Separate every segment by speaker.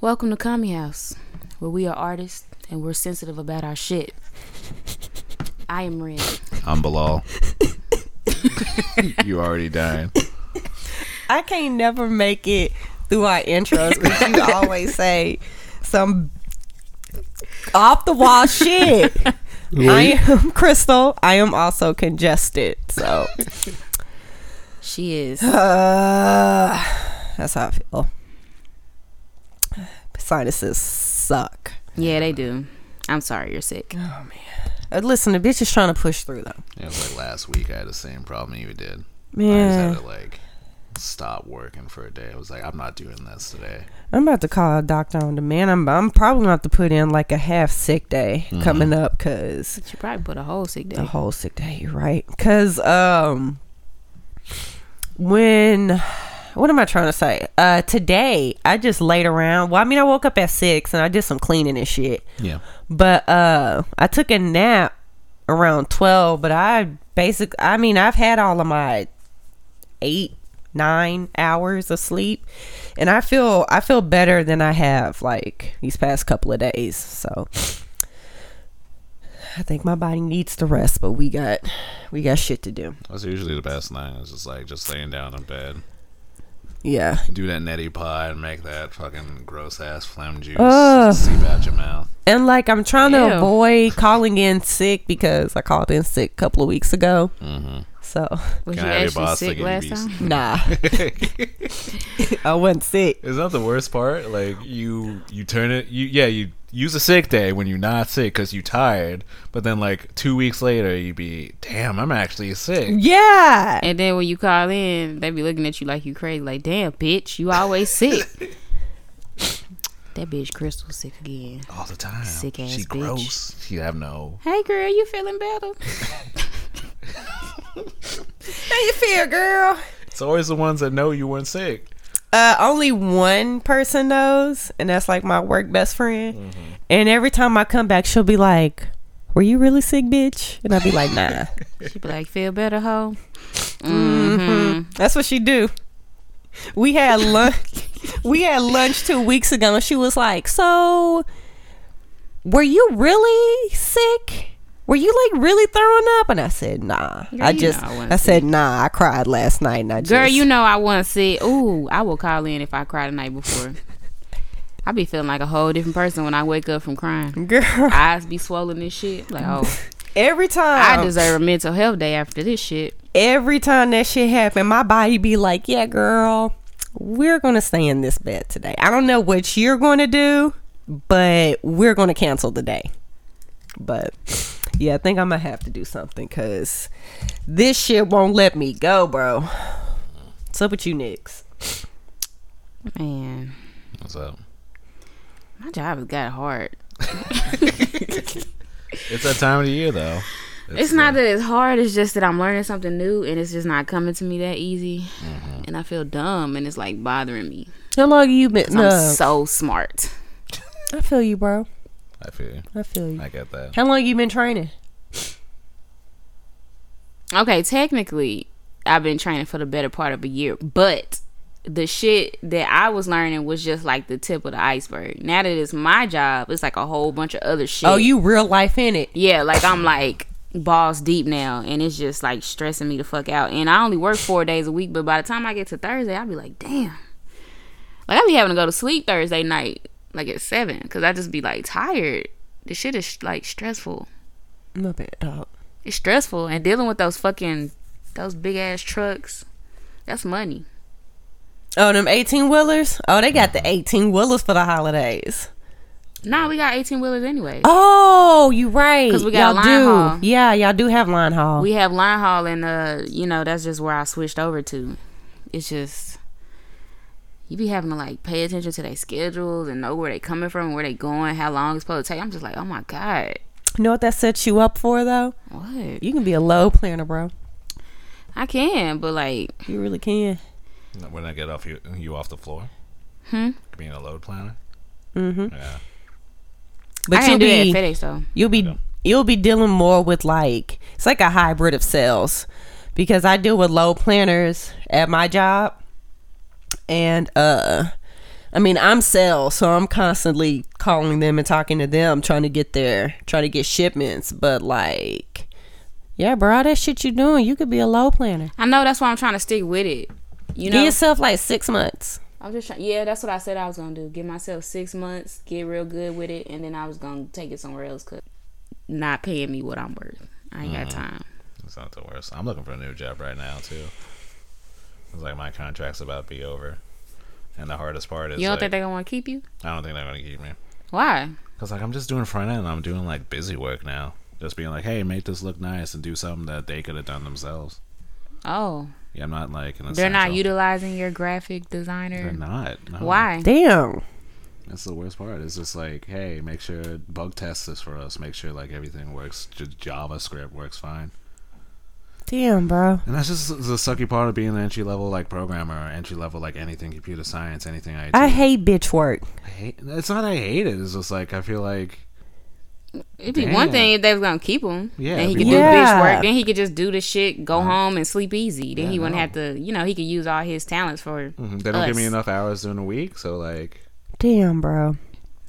Speaker 1: Welcome to Commie House, where we are artists and we're sensitive about our shit. I am Ren.
Speaker 2: I'm Bilal. you already dying.
Speaker 3: I can't never make it through our intros because you always say some off the wall shit. I am Crystal. I am also congested. So
Speaker 1: She is.
Speaker 3: uh, that's how I feel. Sinuses suck.
Speaker 1: Yeah, they do. I'm sorry you're sick.
Speaker 3: Uh, Listen, the bitch is trying to push through though.
Speaker 2: It was like last week I had the same problem you did. I
Speaker 3: Man,
Speaker 2: just had to like stop working for a day. I was like, I'm not doing this today.
Speaker 3: I'm about to call a doctor on demand. I'm, I'm probably gonna have to put in like a half sick day coming up because
Speaker 1: She probably put a whole sick
Speaker 3: the
Speaker 1: day.
Speaker 3: whole sick day you're right because um when what am i trying to say uh today i just laid around well i mean i woke up at six and i did some cleaning and shit
Speaker 2: Yeah.
Speaker 3: but uh i took a nap around 12 but i basic i mean i've had all of my eight nine hours of sleep and i feel i feel better than i have like these past couple of days so i think my body needs to rest but we got we got shit to do
Speaker 2: That's usually the best thing. It's just like just laying down in bed.
Speaker 3: yeah
Speaker 2: Do that neti pie and make that fucking gross ass phlegm juice
Speaker 3: Ugh.
Speaker 2: seep out your mouth.
Speaker 3: and like i'm trying
Speaker 1: Ew.
Speaker 3: to avoid calling in sick because i called in sick a couple of weeks ago
Speaker 2: Mm-hmm.
Speaker 3: so
Speaker 1: Was
Speaker 2: Can
Speaker 1: you
Speaker 2: I have
Speaker 1: actually
Speaker 2: your boss
Speaker 1: sick
Speaker 2: to
Speaker 1: last
Speaker 2: get you
Speaker 1: time?
Speaker 3: nah
Speaker 2: Mm-hmm.
Speaker 3: i wasn't sick
Speaker 2: Is that the worst part? Like you, you turn it. You yeah, you use a sick day when you're not sick because you tired. But then like two weeks later, you be damn, I'm actually sick.
Speaker 3: Yeah.
Speaker 1: And then when you call in, they be looking at you like you crazy. Like, damn, bitch, you always sick. that bitch Crystal sick again.
Speaker 2: All the time.
Speaker 1: Sick ass
Speaker 2: She
Speaker 1: bitch.
Speaker 2: gross. She have no.
Speaker 1: Hey, girl, you feeling better?
Speaker 3: How you feel, girl?
Speaker 2: It's always the ones that know you weren't sick.
Speaker 3: Uh, only one person knows, and that's like my work best friend.
Speaker 1: Mm-hmm.
Speaker 3: And every time I come back, she'll be like, "Were you really sick, bitch?" And I'll be like, "Nah."
Speaker 1: She be like, feel better, hoe. Mm.
Speaker 3: that's what she do. We had lunch. we had lunch two weeks ago, and she was like, "So, were you really sick?" Were you like really throwing up? And I said, nah.
Speaker 1: Girl,
Speaker 3: I
Speaker 1: you
Speaker 3: just,
Speaker 1: know I
Speaker 3: I,
Speaker 1: wasn't
Speaker 3: said, nah. I cried last night. And I just,
Speaker 1: Girl, you know I once said, "Ooh, I will call in if I cry the night before." I be feeling like a whole different person when I wake up from crying.
Speaker 3: girl.
Speaker 1: Eyes be swollen and shit. Like, oh,
Speaker 3: Every time
Speaker 1: I deserve a mental health day after this shit.
Speaker 3: every time that shit happened, my body be like, yeah, girl, we're going to stay in this bed today. I don't know what you're going to do, but we're going to cancel the day. But yeah, I think I'm going to have to do something because this shit won't let me go, bro. What's up with you, Nicks?
Speaker 1: Man,
Speaker 2: What's up?
Speaker 1: my job has got hard.
Speaker 2: It's that time of the year though.
Speaker 1: It's, not that it's hard. It's just that I'm learning something new, and it's just not coming to me that easy. And I feel dumb, and it's like bothering me.
Speaker 3: How long you been? uh,
Speaker 1: 'Cause I'm so smart.
Speaker 3: I feel you, bro.
Speaker 2: I feel you.
Speaker 3: I feel you.
Speaker 2: I get that.
Speaker 3: How long you been training?
Speaker 1: Okay, technically, I've been training for the better part of a year, but the shit that I was learning was just like the tip of the iceberg. Now that it's my job, it's like a whole bunch of other shit.
Speaker 3: Oh, you real life in it.
Speaker 1: Yeah, like I'm like balls deep now, and it's just like stressing me the fuck out. And I only work four days a week, but by the time I get to Thursday, I'll be like, damn. Like I'll be having to go to sleep Thursday night, like at seven, because I just be like tired. This shit is like stressful
Speaker 3: My bad, dog.
Speaker 1: it's stressful and dealing with those fucking those big ass trucks that's money
Speaker 3: Oh, them 18 wheelers? Oh, they got the 18 wheelers for the holidays.
Speaker 1: nah we got 18 wheelers anyway
Speaker 3: Oh, you right.
Speaker 1: 'Cause we got
Speaker 3: y'all
Speaker 1: line
Speaker 3: do.
Speaker 1: haul.
Speaker 3: Yeah, y'all do have line haul.
Speaker 1: we have line haul and uh you know that's just where i switched over to it's just you be having to like pay attention to their schedules and know where they coming from where they going how long it's supposed to take i'm just like oh my god
Speaker 3: you know what that sets you up for though?
Speaker 1: what
Speaker 3: You can be a low planner, bro.
Speaker 1: i can but like
Speaker 3: You really can.
Speaker 2: When I get off you, you off the floor.
Speaker 1: Hmm?
Speaker 2: Being a load planner.
Speaker 3: Mm-hmm.
Speaker 2: Yeah.
Speaker 3: But
Speaker 1: i
Speaker 3: you'll
Speaker 1: can't do that
Speaker 3: be
Speaker 1: at fedex though
Speaker 3: you'll be
Speaker 2: Okay.
Speaker 3: you'll be dealing more with like it's like a hybrid of sales because I deal with low planners at my job and uh I mean, I'm sales, so I'm constantly calling them and talking to them, trying to get their, trying to get shipments. But like, yeah, bro, all that shit you doing, you could be a low planner.
Speaker 1: I know that's why I'm trying to stick with it. You know,
Speaker 3: Give yourself like six months.
Speaker 1: I'm just trying. Yeah, that's what I said I was gonna do. Give myself six months, get real good with it, and then I was gonna take it somewhere else. Cause not paying me what I'm worth. I ain't
Speaker 2: Mm-hmm.
Speaker 1: got time.
Speaker 2: It's not the worst. I'm looking for a new job right now too. It's like my contract's about to be over, and the hardest part is
Speaker 1: You don't
Speaker 2: like,
Speaker 1: think they gonna want to keep you?
Speaker 2: I don't think they're gonna keep me.
Speaker 1: Why?
Speaker 2: Cause like I'm just doing front end. I'm doing like busy work now. Just being like, hey, make this look nice and do something that they could have done themselves.
Speaker 1: Oh,
Speaker 2: Yeah, I'm not like an.
Speaker 1: they're not
Speaker 2: essential-
Speaker 1: utilizing your graphic
Speaker 2: They're
Speaker 1: designer.
Speaker 2: not. no.
Speaker 1: Why?
Speaker 3: Damn.
Speaker 2: That's the worst part. It's just like, hey, make sure bug test this for us. Make sure like everything works. J- JavaScript works fine.
Speaker 3: Damn, bro.
Speaker 2: And that's just the sucky part of being an entry level like programmer, or entry level like anything computer science, anything IT.
Speaker 3: I hate bitch work.
Speaker 2: I hate. It's not I hate it. It's just like I feel like
Speaker 1: It'd be one
Speaker 2: Damn.
Speaker 1: thing if they was gonna keep him.
Speaker 2: Yeah,
Speaker 1: Then he
Speaker 2: it'd
Speaker 1: could
Speaker 2: be
Speaker 1: do
Speaker 3: one
Speaker 1: bitch
Speaker 3: thing.
Speaker 1: work. Then he could just do the shit, go home and sleep easy. Then
Speaker 2: Yeah,
Speaker 1: he wouldn't
Speaker 2: no.
Speaker 1: have to. You know, he could use all his talents for.
Speaker 2: mhm, they don't give me
Speaker 1: Us.
Speaker 2: enough hours during the week, so like
Speaker 3: Damn, bro.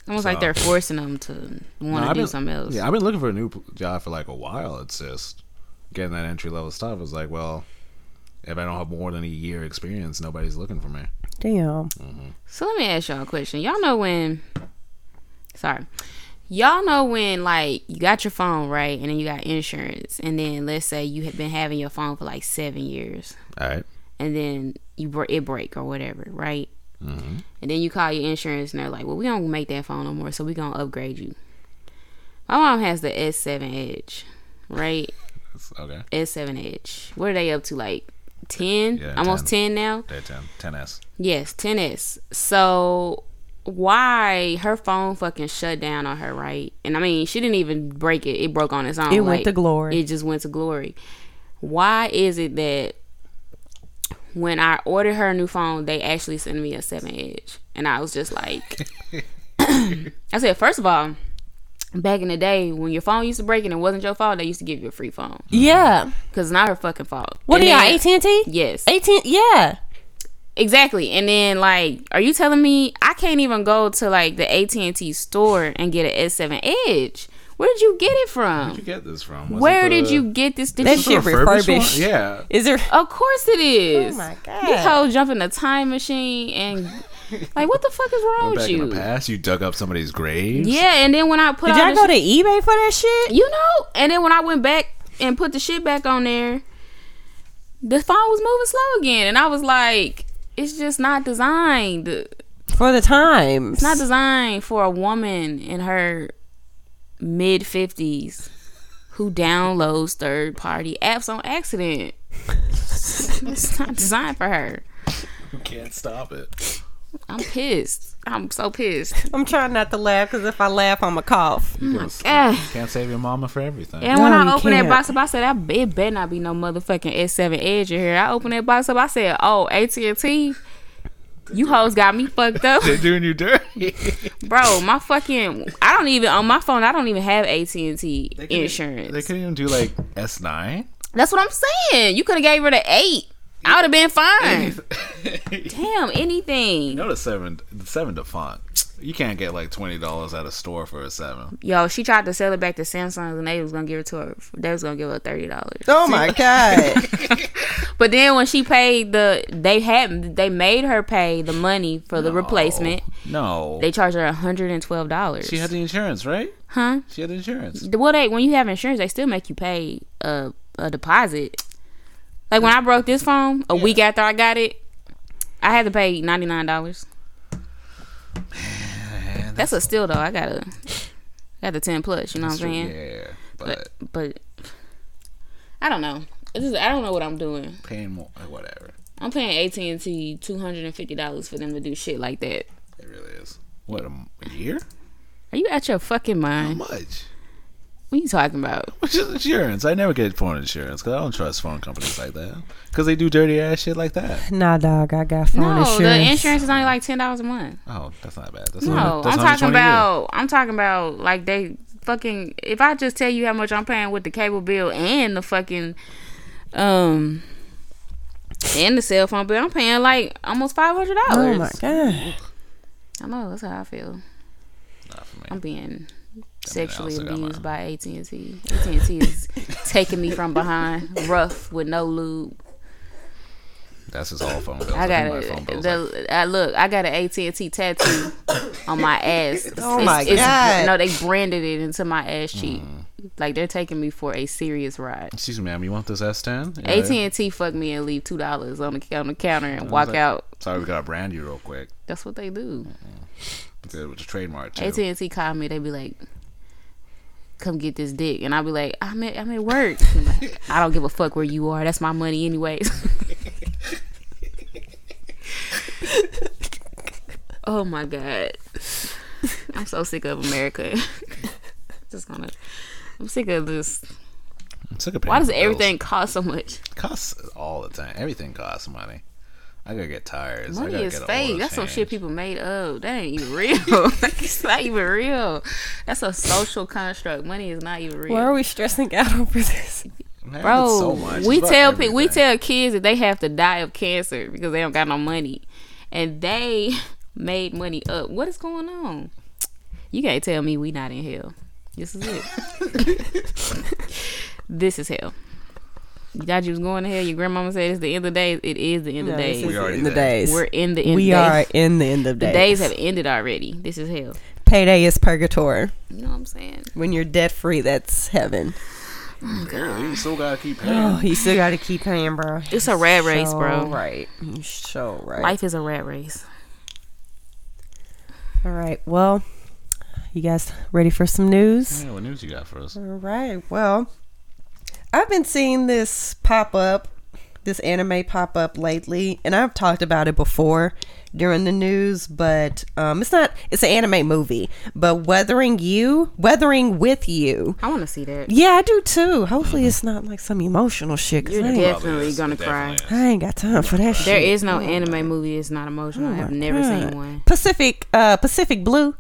Speaker 1: Almost like
Speaker 2: So-
Speaker 1: they're forcing him to want to
Speaker 2: No, I've
Speaker 1: do
Speaker 2: been-
Speaker 1: something else.
Speaker 2: Yeah, I've been looking for a new p- job for like a while. It's just getting that entry level stuff. It's like, well, if I don't have more than a year experience, nobody's looking for me.
Speaker 3: Damn.
Speaker 1: So let me ask y'all a question. Y'all know when sorry. Y'all know when like you got your phone, right? And then you got insurance. And then let's say you have been having your phone for like 7 years
Speaker 2: All right.
Speaker 1: and then you br- it break or whatever, right?
Speaker 2: Mm-hmm.
Speaker 1: And then you call your insurance and they're like, "Well, we don't make that phone no more, so we going to upgrade you." My mom has the S7 Edge, right?
Speaker 2: It's, okay.
Speaker 1: S7 Edge. What are they up to like 10?
Speaker 2: Yeah,
Speaker 1: Almost 10 now?
Speaker 2: Day 10. 10S.
Speaker 1: Yes, tennis. So why her phone fucking shut down on her, right? And I mean, she didn't even break it. It broke on its own.
Speaker 3: It went to glory.
Speaker 1: It just went to glory. Why is it that when I ordered her a new phone, they actually sent me a seven edge? And I was just like I said, first of all, back in the day when your phone used to break and it wasn't your fault, they used to give you a free phone.
Speaker 3: Yeah.
Speaker 1: Because it's not her fucking fault.
Speaker 3: What
Speaker 1: And
Speaker 3: are y'all,
Speaker 1: then-
Speaker 3: AT&T?
Speaker 1: Yes.
Speaker 3: AT&T, yeah.
Speaker 1: Exactly. And then like, are you telling me I can't even go to like the AT&T store and get an S7 Edge? Where did you get it
Speaker 2: Where'd
Speaker 1: from?
Speaker 2: you get this from? Was it
Speaker 1: Where
Speaker 2: the-
Speaker 1: did you get this? Did
Speaker 3: That
Speaker 1: you-
Speaker 2: was it
Speaker 3: shit
Speaker 2: the refurbished one?
Speaker 3: refurbished.
Speaker 2: Yeah.
Speaker 3: Is there...
Speaker 1: of course it is.
Speaker 3: Oh my God.
Speaker 1: This whole jump in the time machine and like, what the fuck is wrong with
Speaker 2: Back in the
Speaker 1: you?
Speaker 2: past, you dug up somebody's grave.
Speaker 1: Yeah. And then when I put
Speaker 3: Did
Speaker 1: all
Speaker 3: y'all
Speaker 1: this
Speaker 3: go to eBay for that shit?
Speaker 1: you know. And then when I went back and put the shit back on there, the phone was moving slow again, and I was like, it's just not designed.
Speaker 3: For the times.
Speaker 1: It's not designed for a woman in her mid fifties who downloads third party apps on accident. it's not designed for her.
Speaker 2: You can't stop it.
Speaker 1: I'm pissed. I'm so pissed.
Speaker 3: I'm trying not to laugh because if I laugh, I'm a cough.
Speaker 2: You can't-
Speaker 1: God.
Speaker 2: can't save your mama for everything.
Speaker 1: And when
Speaker 3: No,
Speaker 1: I
Speaker 3: you
Speaker 1: opened that
Speaker 3: can't.
Speaker 1: box up, I said, "I bet it better not be no motherfucking S7 Edge in here." I opened that box up, I said, "Oh, AT and T, you hoes got me fucked up."
Speaker 2: They're doing you dirty.
Speaker 1: bro my fucking i don't even on my phone i don't even have at&t insurance
Speaker 2: They couldn't even do like S9.
Speaker 1: that's what i'm saying you could have gave her the eight i would have been fine damn anything
Speaker 2: You know the seven, the seven defunct. You can't get like twenty dollars at a store for a seven.
Speaker 1: yo she tried to sell it back to samsung and they was gonna give it to her they was gonna give her $30
Speaker 3: Oh my god.
Speaker 1: but then when she paid the they had they made her pay the money for the replacement
Speaker 2: Oh. No,
Speaker 1: they charged her $112
Speaker 2: she had the insurance, right?
Speaker 1: huh
Speaker 2: She had the insurance.
Speaker 1: well they when you have insurance they still make you pay a, a deposit like when i broke this phone a week after i got it i had to pay $99 that's a steal though i got a got the 10 plus you know what i'm saying
Speaker 2: Yeah, but,
Speaker 1: but but i don't know this is, i don't know what i'm doing
Speaker 2: paying more, uh, whatever.
Speaker 1: i'm paying at&t $250 for them to do shit like that
Speaker 2: It really is. What a, m- a year?
Speaker 1: are you out your fucking
Speaker 2: How
Speaker 1: mind
Speaker 2: much?
Speaker 1: what you talking about
Speaker 2: Which is insurance. I never get phone insurance because I don't trust phone companies like that because they do dirty ass shit like that.
Speaker 3: Nah, dog, I got phone
Speaker 1: no
Speaker 3: insurance.
Speaker 1: the insurance is only like $10 a month
Speaker 2: Oh, that's not bad. That's
Speaker 1: No,
Speaker 2: only- that's
Speaker 1: I'm
Speaker 2: only
Speaker 1: talking
Speaker 2: 20 a year.
Speaker 1: about. I'm talking about like they fucking. If I just tell you how much I'm paying with the cable bill and the fucking, um, and the cell phone bill, I'm paying like almost five hundred
Speaker 3: Oh my
Speaker 1: dollars.
Speaker 3: god.
Speaker 1: I know that's how I feel.
Speaker 2: Not for me.
Speaker 1: I'm being sexually
Speaker 2: also got my
Speaker 1: abused
Speaker 2: own.
Speaker 1: by AT and T. AT and T is taking me from behind, rough with no lube.
Speaker 2: That's his whole phone bill.
Speaker 1: I got
Speaker 2: think my phone
Speaker 1: a
Speaker 2: bill's like
Speaker 1: the, I look. I got an AT and T tattoo on my ass.
Speaker 3: Oh my God.
Speaker 1: No, they branded it into my ass cheek.
Speaker 2: Mm.
Speaker 1: Like they're taking me for a serious ride.
Speaker 2: Excuse me, ma'am. You want this S10? Yeah.
Speaker 1: AT and T fuck me and leave two dollars on the on the counter and walk
Speaker 2: like-
Speaker 1: out.
Speaker 2: Sorry, we gotta brand you real quick.
Speaker 1: That's what they do.
Speaker 2: Good with the trademark too.
Speaker 1: AT and T called me. They be like, "Come get this dick," and I be like, "I'm at I'm at work. I'm like, I don't give a fuck where you are. That's my money, anyways." oh my god, I'm so sick of America. Just gonna, I'm sick of this.
Speaker 2: It's like a
Speaker 1: Why
Speaker 2: pain
Speaker 1: does
Speaker 2: in the bills.
Speaker 1: everything cost so much?
Speaker 2: costs all the time? Everything costs money. I gotta get tires. I
Speaker 1: Money
Speaker 2: gotta
Speaker 1: is
Speaker 2: get an
Speaker 1: fake.
Speaker 2: oil
Speaker 1: That's some shit
Speaker 2: change.
Speaker 1: people made up. That ain't even real. it's not even real. That's a social construct. Money is not even real.
Speaker 3: Why are we stressing out over this?
Speaker 2: Man,
Speaker 1: Bro,
Speaker 2: it's so much.
Speaker 1: we
Speaker 2: It's about
Speaker 1: tell people, we
Speaker 2: everything.
Speaker 1: tell kids that they have to die of cancer because they don't got no money, and they made money up. What is going on? You can't tell me we not in hell. This is it. this is hell. You thought you was going to hell. Your grandmama said it's the end of days. It is the end
Speaker 3: No,
Speaker 1: of
Speaker 3: this
Speaker 1: days.
Speaker 3: is
Speaker 2: We already
Speaker 3: in the
Speaker 2: there.
Speaker 3: days.
Speaker 1: We're in the end.
Speaker 3: we
Speaker 1: of
Speaker 3: are
Speaker 1: Days.
Speaker 3: in the end of
Speaker 1: The days
Speaker 3: days.
Speaker 1: have ended already. This is hell.
Speaker 3: Payday is purgatory.
Speaker 1: You know what I'm saying?
Speaker 3: When you're debt free, that's heaven.
Speaker 2: Girl, you still gotta keep paying.
Speaker 3: Oh, you still got to keep paying, bro.
Speaker 1: It's a rat race,
Speaker 3: So
Speaker 1: bro.
Speaker 3: Right. You're so right.
Speaker 1: Life is a rat race.
Speaker 3: All right. Well, you guys ready for some news?
Speaker 2: Yeah, what news you got for us?
Speaker 3: All right. Well, I've been seeing this pop up, this anime pop up lately, and I've talked about it before during the news, but um, it's not, it's an anime movie, but Weathering You, Weathering With You.
Speaker 1: I want to see that.
Speaker 3: Yeah, I do too. Hopefully, it's not like some emotional shit. 'cause
Speaker 1: You're
Speaker 3: I,
Speaker 1: the
Speaker 3: ain't,
Speaker 1: devil. Definitely
Speaker 2: is.
Speaker 1: gonna
Speaker 2: It
Speaker 1: cry.
Speaker 2: definitely
Speaker 3: I ain't got time for that
Speaker 1: There
Speaker 3: shit. Oh,
Speaker 1: is no anime movie that's not emotional. I've never
Speaker 3: God.
Speaker 1: seen one.
Speaker 3: Pacific, uh, Pacific Blue.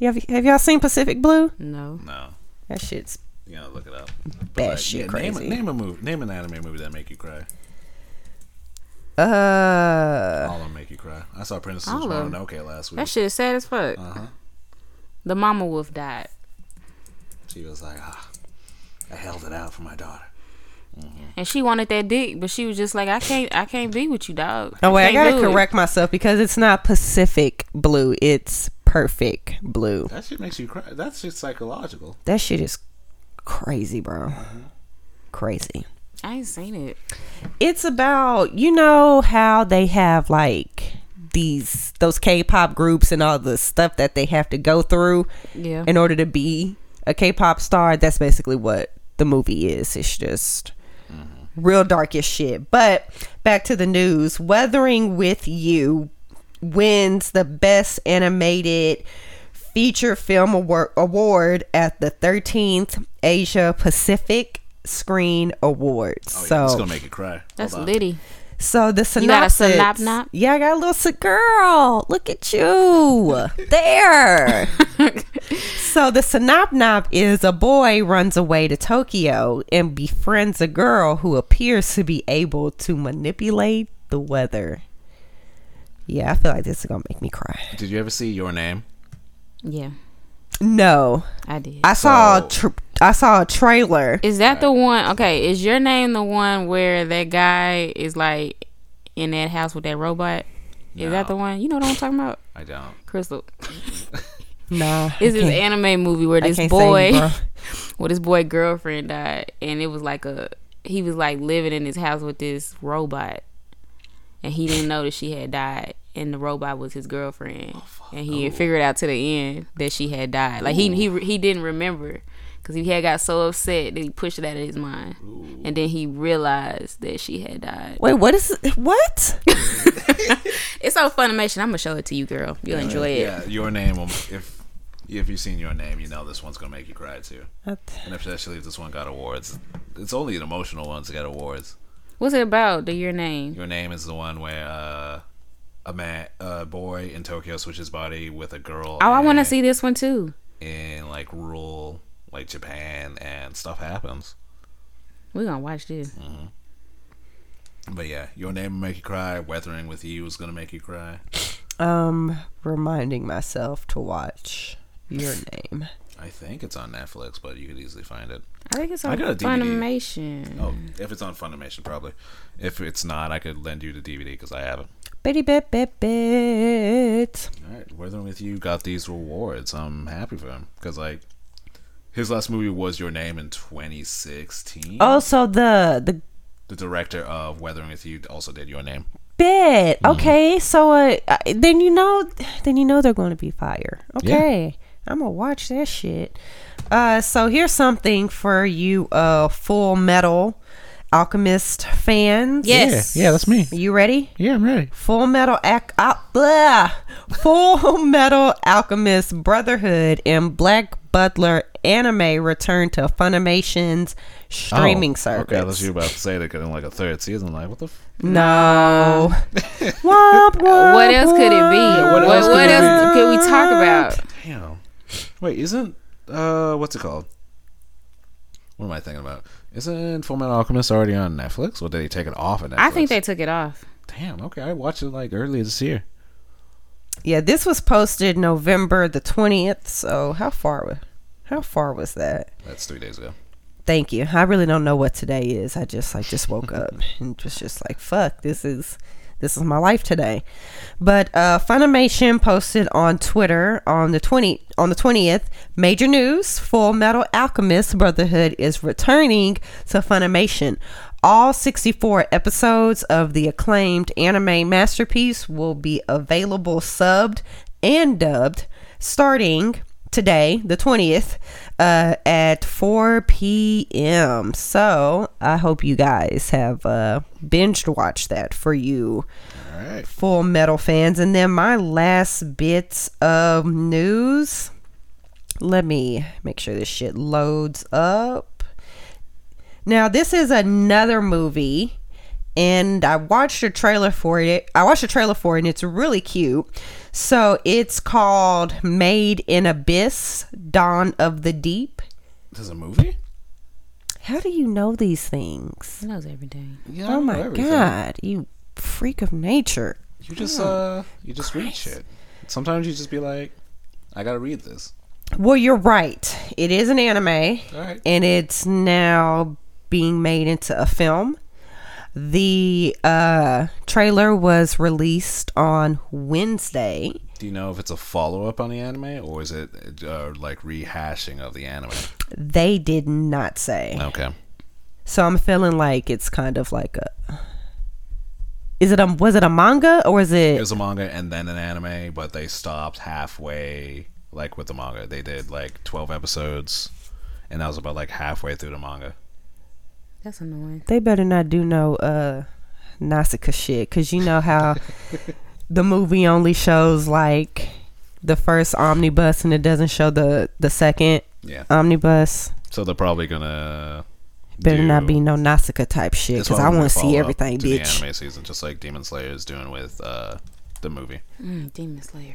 Speaker 3: Have, have y'all seen Pacific Blue?
Speaker 1: No.
Speaker 2: is. No,
Speaker 3: That shit's
Speaker 2: you gotta look it up.
Speaker 3: That shit
Speaker 2: name,
Speaker 3: crazy.
Speaker 2: Name a movie. Name an anime movie that make you cry.
Speaker 3: Uh,
Speaker 2: All of them make you cry. I saw Princess
Speaker 1: All of them.
Speaker 2: Mononoke last week.
Speaker 1: That shit is sad as fuck.
Speaker 2: Uh-huh.
Speaker 1: The mama wolf died.
Speaker 2: She was like, ah, I held it out for my daughter.
Speaker 1: And she wanted that dick, but she was just like, I can't I can't be with you, dog.
Speaker 3: oh wait, I
Speaker 1: can't
Speaker 3: gotta
Speaker 1: do it."
Speaker 3: correct myself because it's not Pacific Blue; it's Perfect Blue.
Speaker 2: That shit makes you cry. That's just psychological.
Speaker 3: That shit is crazy, bro. Crazy.
Speaker 1: I ain't seen it.
Speaker 3: It's about you know how they have like these those K-pop groups and all the stuff that they have to go through
Speaker 1: Yeah.
Speaker 3: in order to be a K-pop star. That's basically what the movie is. It's just
Speaker 2: Mm-hmm.
Speaker 3: real dark as shit. But back to the news. Weathering with You wins the best animated feature film award, award at the 13th Asia Pacific Screen Awards.
Speaker 2: Oh, yeah,
Speaker 3: so
Speaker 2: it's gonna make you cry.
Speaker 1: That's
Speaker 2: Hold on.
Speaker 1: Liddy.
Speaker 3: so the synopsis.
Speaker 1: got a synopnop?
Speaker 3: Yeah, I got a little sy- girl. Look at you there. so the synopnop is a boy runs away to Tokyo and befriends a girl who appears to be able to manipulate the weather. Yeah, I feel like this is gonna make me cry.
Speaker 2: Did you ever see Your Name?
Speaker 1: Yeah,
Speaker 3: No,
Speaker 1: I did.
Speaker 3: I saw a
Speaker 2: So-
Speaker 3: tr I saw a trailer.
Speaker 1: is that the one okay, is your name the one where that guy is like in that house with that robot? Is that
Speaker 2: No.
Speaker 1: the one? You know what I'm talking about?
Speaker 2: I don't.
Speaker 1: Crystal.
Speaker 3: Nah, I
Speaker 1: Is this
Speaker 3: can't-
Speaker 1: anime movie where
Speaker 3: I
Speaker 1: this
Speaker 3: can't
Speaker 1: boy
Speaker 3: say, bro.
Speaker 1: well this boy girlfriend died and it was like a he was like living in his house with this robot and he didn't know that she had died and the robot was his girlfriend
Speaker 3: Oh,
Speaker 1: and he had figured out to the end that she had died like he he he didn't remember because he had got so upset that he pushed it out of his mind and then he realized that she had died
Speaker 3: Wait, what is what?
Speaker 1: it's on funimation i'm gonna show it to you girl you'll enjoy it
Speaker 2: Yeah, Your Name. Will, if if you've seen Your Name, you know this one's gonna make you cry too. And especially if this one got awards, it's only an emotional ones that got awards.
Speaker 1: what's it about the your name
Speaker 2: Your Name is the one where uh, a man, a boy in Tokyo switches body with a girl.
Speaker 1: oh i want to
Speaker 2: and-
Speaker 1: see this one too
Speaker 2: in like rural like Japan and stuff happens.
Speaker 1: we're gonna watch this
Speaker 2: But yeah, your name will make you cry. Weathering with you is gonna make you cry.
Speaker 3: Um, reminding myself to watch your name.
Speaker 2: I think it's on Netflix, but you could easily find it.
Speaker 1: I think it's
Speaker 2: I
Speaker 1: on
Speaker 2: got a DVD.
Speaker 1: Funimation.
Speaker 2: Oh, if it's on Funimation, probably. If it's not, I could lend you the DVD because I have it.
Speaker 3: Bitty bit bit bit.
Speaker 2: All right, Weathering with You got these rewards. I'm happy for him because like his last movie was Your Name in 2016.
Speaker 3: Also the the
Speaker 2: The director of Weathering with You also did Your Name.
Speaker 3: bit. Okay, so uh, uh, then you know, then you know they're going to be fire. Okay, I'm gonna watch that shit. Uh, so here's something for you, uh, Full Metal Alchemist fans.
Speaker 1: Yes.
Speaker 2: that's me.
Speaker 3: you ready?
Speaker 2: Yeah, I'm ready.
Speaker 3: Full Metal Ac- uh, blah. Full Metal Alchemist Brotherhood and Black Butler anime return to Funimation's streaming service.
Speaker 2: Oh, Okay, I was you about to say they're getting like a third season. Like, what the? F-
Speaker 3: No. Womp, womp,
Speaker 1: What else could it be?
Speaker 3: womp.
Speaker 1: what,
Speaker 2: else could
Speaker 1: what
Speaker 2: it
Speaker 1: else could we talk about?
Speaker 2: Damn. Wait, isn't uh, what's it called? What am I thinking about? Isn't Full Metal Alchemist already on Netflix? Or did they take it off of Netflix?
Speaker 1: I think they took it off.
Speaker 2: Damn. Okay, I watched it like earlier this year.
Speaker 3: Yeah, this was posted November the twentieth. So how far? wa- How far was that?
Speaker 2: That's three days ago.
Speaker 3: Thank you. I really don't know what today is. I just like just woke up and was just like, fuck, this is this is my life today. But uh Funimation posted on Twitter on the twenty on the twentieth, major news, Full Metal Alchemist Brotherhood is returning to Funimation. All 64 episodes of the acclaimed anime masterpiece will be available subbed and dubbed starting today, the 20th, uh, at 4 p.m. So I hope you guys have uh, binged watched that for you
Speaker 2: All right.
Speaker 3: full metal fans. And then my last bits of news. Let me make sure this shit loads up. Now, this is another movie, and I watched a trailer for it. I watched a trailer for it, and it's really cute. So it's called Made in Abyss Dawn of the Deep.
Speaker 2: This is a movie.
Speaker 3: How do you know these things?
Speaker 1: He knows everything.
Speaker 2: Yeah, I
Speaker 3: Oh
Speaker 2: know
Speaker 3: my
Speaker 2: everything.
Speaker 3: god, you freak of nature.
Speaker 2: You just uh, you just read shit. Sometimes you just be like, I gotta read this.
Speaker 3: Well, you're right. It is an anime,
Speaker 2: Alright.
Speaker 3: and it's now being made into a film. The uh, trailer was released on Wednesday.
Speaker 2: Do you know if it's a follow up on the anime or is it uh, like rehashing of the anime?
Speaker 3: They did not say,
Speaker 2: Okay.
Speaker 3: so I'm feeling like it's kind of like a. Is it a was it a manga or is
Speaker 2: It
Speaker 3: it?
Speaker 2: was a manga and then an anime, but they stopped halfway. Like with the manga, they did like twelve episodes, and that was about like halfway through the manga.
Speaker 1: That's annoying.
Speaker 3: They better not do no uh, Nausicaa shit, cause you know how the movie only shows like the first omnibus and it doesn't show the the second
Speaker 2: Yeah.
Speaker 3: omnibus.
Speaker 2: So they're probably gonna
Speaker 3: Better not
Speaker 2: do-
Speaker 3: be no Nausicaa type shit
Speaker 2: That's
Speaker 3: because
Speaker 2: why
Speaker 3: I
Speaker 2: we're
Speaker 3: want to
Speaker 2: gonna follow
Speaker 3: see
Speaker 2: up
Speaker 3: everything,
Speaker 2: to the
Speaker 3: bitch.
Speaker 2: anime season, just like Demon Slayer is doing with uh, the movie.
Speaker 1: Mm, Demon Slayer.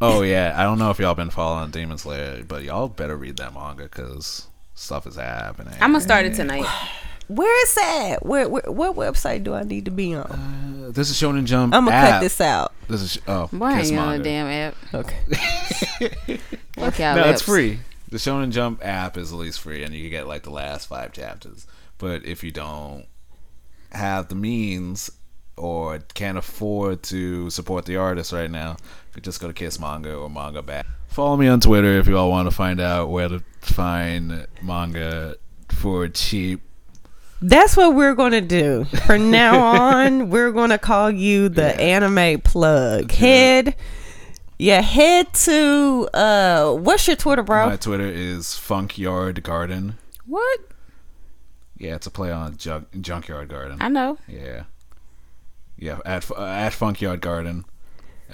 Speaker 2: Oh yeah, I don't know if y'all been following Demon Slayer, but y'all better read that manga because stuff is happening.
Speaker 1: I'm gonna start it tonight.
Speaker 3: Where is that? Where, where what website do I need to be on?
Speaker 2: Uh, this is Shonen Jump.
Speaker 3: I'm gonna
Speaker 2: app.
Speaker 3: cut this out.
Speaker 2: This is oh,
Speaker 1: Why ain't
Speaker 2: kiss
Speaker 1: you on
Speaker 2: manga.
Speaker 1: the damn app?
Speaker 3: Okay.
Speaker 1: Fuck y'all.
Speaker 2: No,
Speaker 1: apps.
Speaker 2: it's free. The Shonen Jump app is at least free, and you can get like the last five chapters. But if you don't have the means or can't afford to support the artist right now, you could just go to Kiss Manga or Manga Back. Follow me on Twitter if you all want to find out where to find manga for cheap.
Speaker 3: That's what we're gonna do. From now on, we're gonna call you the anime plug. Head yeah, head to uh what's your Twitter, bro?
Speaker 2: My Twitter is Funk Yard Garden.
Speaker 1: What?
Speaker 2: Yeah, it's a play on junk, Junkyard Garden.
Speaker 1: I know.
Speaker 2: Yeah. Yeah, at, uh, at Funkyard Garden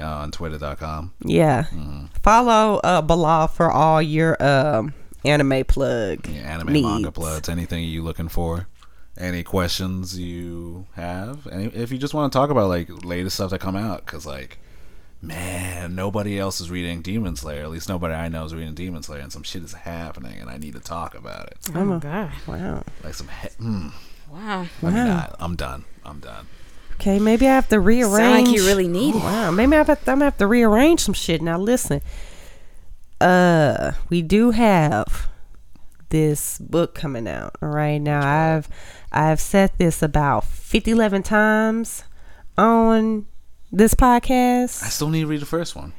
Speaker 2: uh, on twitter.com.
Speaker 3: yeah.
Speaker 2: Mm-hmm.
Speaker 3: Follow uh Bilal for all your um anime plug.
Speaker 2: Yeah, anime, manga,
Speaker 3: needs.
Speaker 2: plugs, anything you looking for. Any questions you have? Any, if you just want to talk about, like, latest stuff that come out, because, like, man, nobody else is reading Demon Slayer. At least nobody I know is reading Demon Slayer, and some shit is happening, and I need to talk about it.
Speaker 1: Oh my god.
Speaker 3: Wow.
Speaker 2: Like, some. He- mm,
Speaker 1: Wow.
Speaker 2: I mean, I, I'm done. I'm done.
Speaker 3: Okay, maybe I have to
Speaker 1: Sound
Speaker 3: rearrange.
Speaker 1: like you really need it.
Speaker 3: Wow, maybe I have, I'm gonna have to rearrange some shit. Now listen, uh, we do have this book coming out. All right, now I've I've said this about 50, 11 times on this
Speaker 2: I
Speaker 3: podcast.
Speaker 2: still need to read the first one.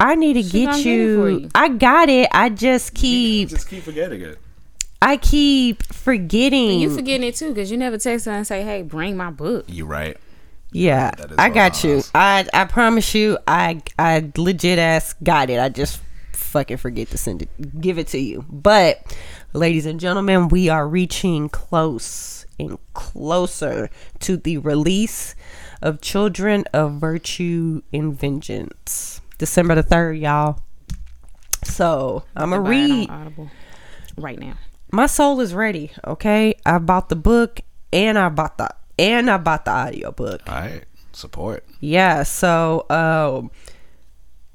Speaker 3: I need to
Speaker 1: gonna
Speaker 3: get
Speaker 1: get it
Speaker 3: you,
Speaker 1: for you.
Speaker 3: I got it. I just keep
Speaker 2: Just keep forgetting it.
Speaker 3: I keep
Speaker 2: Mm.
Speaker 3: forgetting.
Speaker 1: You forgetting it too because you never text her and say, "Hey, bring my book."
Speaker 2: You right?
Speaker 3: Yeah,
Speaker 2: That is
Speaker 3: I
Speaker 2: what
Speaker 3: got
Speaker 2: I
Speaker 3: you.
Speaker 2: was-
Speaker 3: I I promise you, I I legit ass got it. I just fucking forget to send it, give it to you. But, ladies and gentlemen, we are reaching close and closer to the release of Children of Virtue and Vengeance, December the third, y'all. So I'm gonna
Speaker 1: Buy it on
Speaker 3: read.
Speaker 1: Audible right now.
Speaker 3: My soul is ready. Okay, I bought the book and I bought the and I bought the audiobook.
Speaker 2: All right. Support.
Speaker 3: Yeah, so um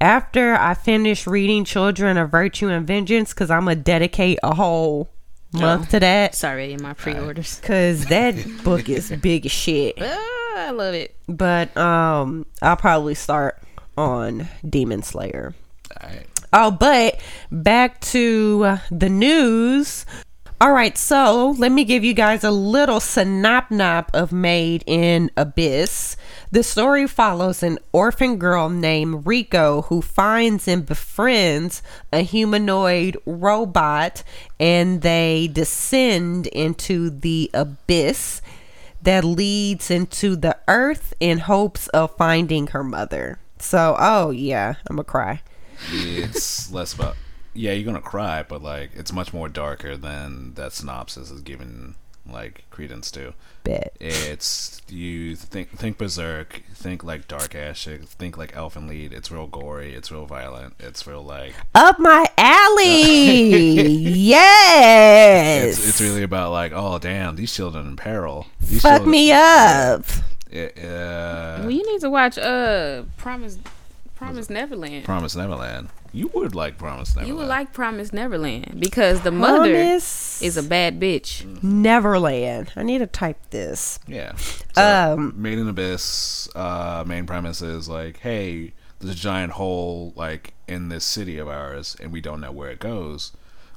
Speaker 3: after I finish reading Children of Virtue and Vengeance, because I'm going to dedicate a whole month to that,
Speaker 1: It's already in my pre-orders.
Speaker 3: because that book is big as shit.
Speaker 1: Ah, I love it.
Speaker 3: But um I'll probably start on Demon Slayer.
Speaker 2: All right.
Speaker 3: Oh, but back to uh, the news. All right, so let me give you guys a little synopnop of Made in Abyss. The story follows an orphan girl named Rico who finds and befriends a humanoid robot and they descend into the abyss that leads into the earth in hopes of finding her mother. So, oh yeah, I'm gonna cry.
Speaker 2: It's less about. Yeah, you're gonna cry, but like it's much more darker than that synopsis is giving like credence to.
Speaker 3: Bet.
Speaker 2: It's you think think berserk, think like dark ass shit, think like Elfin Lead. It's real gory, it's real violent, it's real like
Speaker 3: up my alley. yes.
Speaker 2: it's, it's really about like oh damn these children in peril. These
Speaker 3: Fuck
Speaker 2: children-
Speaker 3: me up.
Speaker 2: It, uh,
Speaker 1: Well, you need to watch uh Promise Promise Neverland.
Speaker 2: Promise Neverland. You would like Promise Neverland.
Speaker 1: You would like Promise Neverland because the mother
Speaker 3: Promise
Speaker 1: is a bad bitch.
Speaker 3: Mm. Neverland. I need to type this.
Speaker 2: Yeah. So,
Speaker 3: Um,
Speaker 2: Made in Abyss, uh, main premise is like, hey, there's a giant hole like in this city of ours, and we don't know where it goes.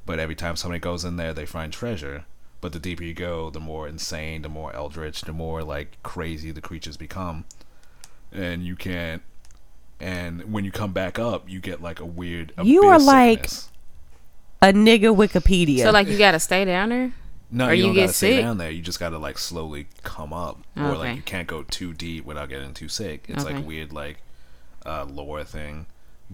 Speaker 2: But every time somebody goes in there, they find treasure. But the deeper you go, the more insane, the more eldritch, the more like crazy the creatures become. And you can't. And when you come back up, you get like a weird.
Speaker 3: You are
Speaker 2: abyss
Speaker 3: like-
Speaker 2: sickness.
Speaker 3: A nigga Wikipedia.
Speaker 1: So like you gotta stay down there.
Speaker 2: No,
Speaker 1: Or
Speaker 2: you,
Speaker 1: you
Speaker 2: don't
Speaker 1: get
Speaker 2: gotta stay
Speaker 1: sick?
Speaker 2: down there. You just gotta like slowly come up, or like
Speaker 1: Okay.
Speaker 2: you can't go too deep without getting too sick. It's like
Speaker 1: Okay.
Speaker 2: weird like uh, lore thing.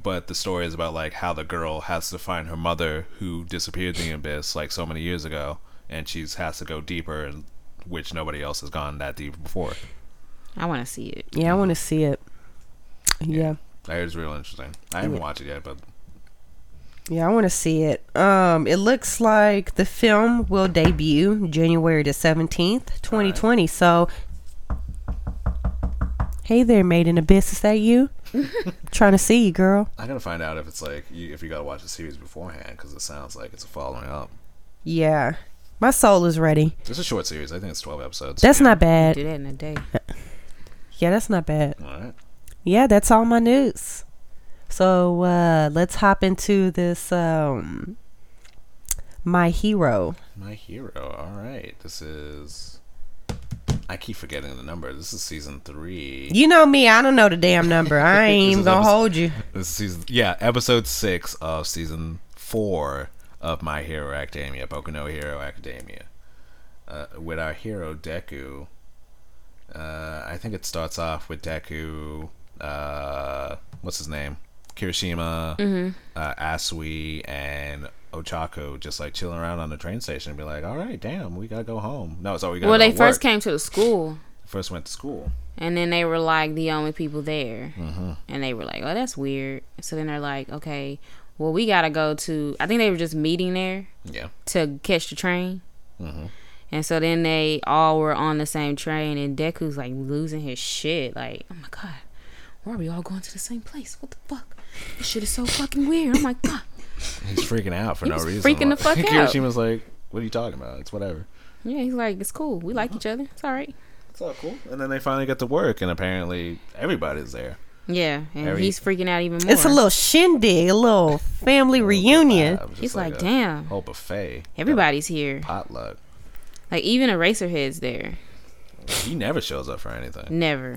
Speaker 2: But the story is about like how the girl has to find her mother who disappeared in the abyss like so many years ago, and she's has to go deeper, and which nobody else has gone that deep before.
Speaker 1: I want to see it.
Speaker 3: yeah, I want to see it. Yeah.
Speaker 2: That is real interesting. I haven't watched it yet, but
Speaker 3: Yeah, I want to see it. Um, it looks like the film will debut January the 17th, 2020. So, hey there, Made in Abyss. Is that you? Trying to see you, girl.
Speaker 2: I gotta find out if it's like you, if you gotta watch the series beforehand because it sounds like it's a following up.
Speaker 3: Yeah. My soul is ready.
Speaker 2: It's a short series. I think it's twelve episodes.
Speaker 3: That's not bad.
Speaker 1: Do that in a day.
Speaker 3: Yeah, that's not bad.
Speaker 2: All right.
Speaker 3: Yeah, that's all my news. So uh, let's hop into this. Um, my hero.
Speaker 2: My hero. All right. This is. I keep forgetting the number. This is season three.
Speaker 3: You know me. I don't know the damn number. I ain't
Speaker 2: This
Speaker 3: even
Speaker 2: is
Speaker 3: gonna
Speaker 2: episode-
Speaker 3: hold you.
Speaker 2: This is season. Yeah, episode six of season four of My Hero Academia, Boku no Hero Academia. Uh, with our hero Deku. Uh, I think it starts off with Deku. Uh, what's his name? Kirishima,
Speaker 1: Mm-hmm.
Speaker 2: uh, Asui, and Ochako just like chilling around on the train station and be like, all right, damn, we gotta go home. No, sorry, we gotta
Speaker 1: Well,
Speaker 2: go
Speaker 1: they
Speaker 2: to
Speaker 1: first
Speaker 2: work.
Speaker 1: came to the school,
Speaker 2: first went to school.
Speaker 1: and then they were like the only people there, and they were like, "Oh, that's weird." So then they're like, "Okay, well, we gotta go to." I think they were just meeting there
Speaker 2: Yeah.
Speaker 1: to catch the train. And so then they all were on the same train, and Deku's like losing his shit. Like, oh my god, why are we all going to the same place? What the fuck? This shit is so fucking weird. I'm like, god,
Speaker 2: He's freaking out for
Speaker 1: He
Speaker 2: no
Speaker 1: was
Speaker 2: reason.
Speaker 1: freaking the
Speaker 2: Like,
Speaker 1: fuck out.
Speaker 2: Kirishima's like, what are you talking about? It's whatever.
Speaker 1: yeah. He's like, it's cool. We like each other. It's all right.
Speaker 2: It's all cool. And then they finally get to work, and apparently everybody's there.
Speaker 1: Yeah, and
Speaker 2: Every-
Speaker 1: he's freaking out even more.
Speaker 3: It's a little shindig, a little family reunion.
Speaker 2: Uh, it was just
Speaker 1: He's like,
Speaker 2: a
Speaker 1: "Damn."
Speaker 2: Whole buffet.
Speaker 1: Everybody's here.
Speaker 2: Potluck.
Speaker 1: Like even Eraserhead's there.
Speaker 2: He never shows up for anything.
Speaker 1: Never.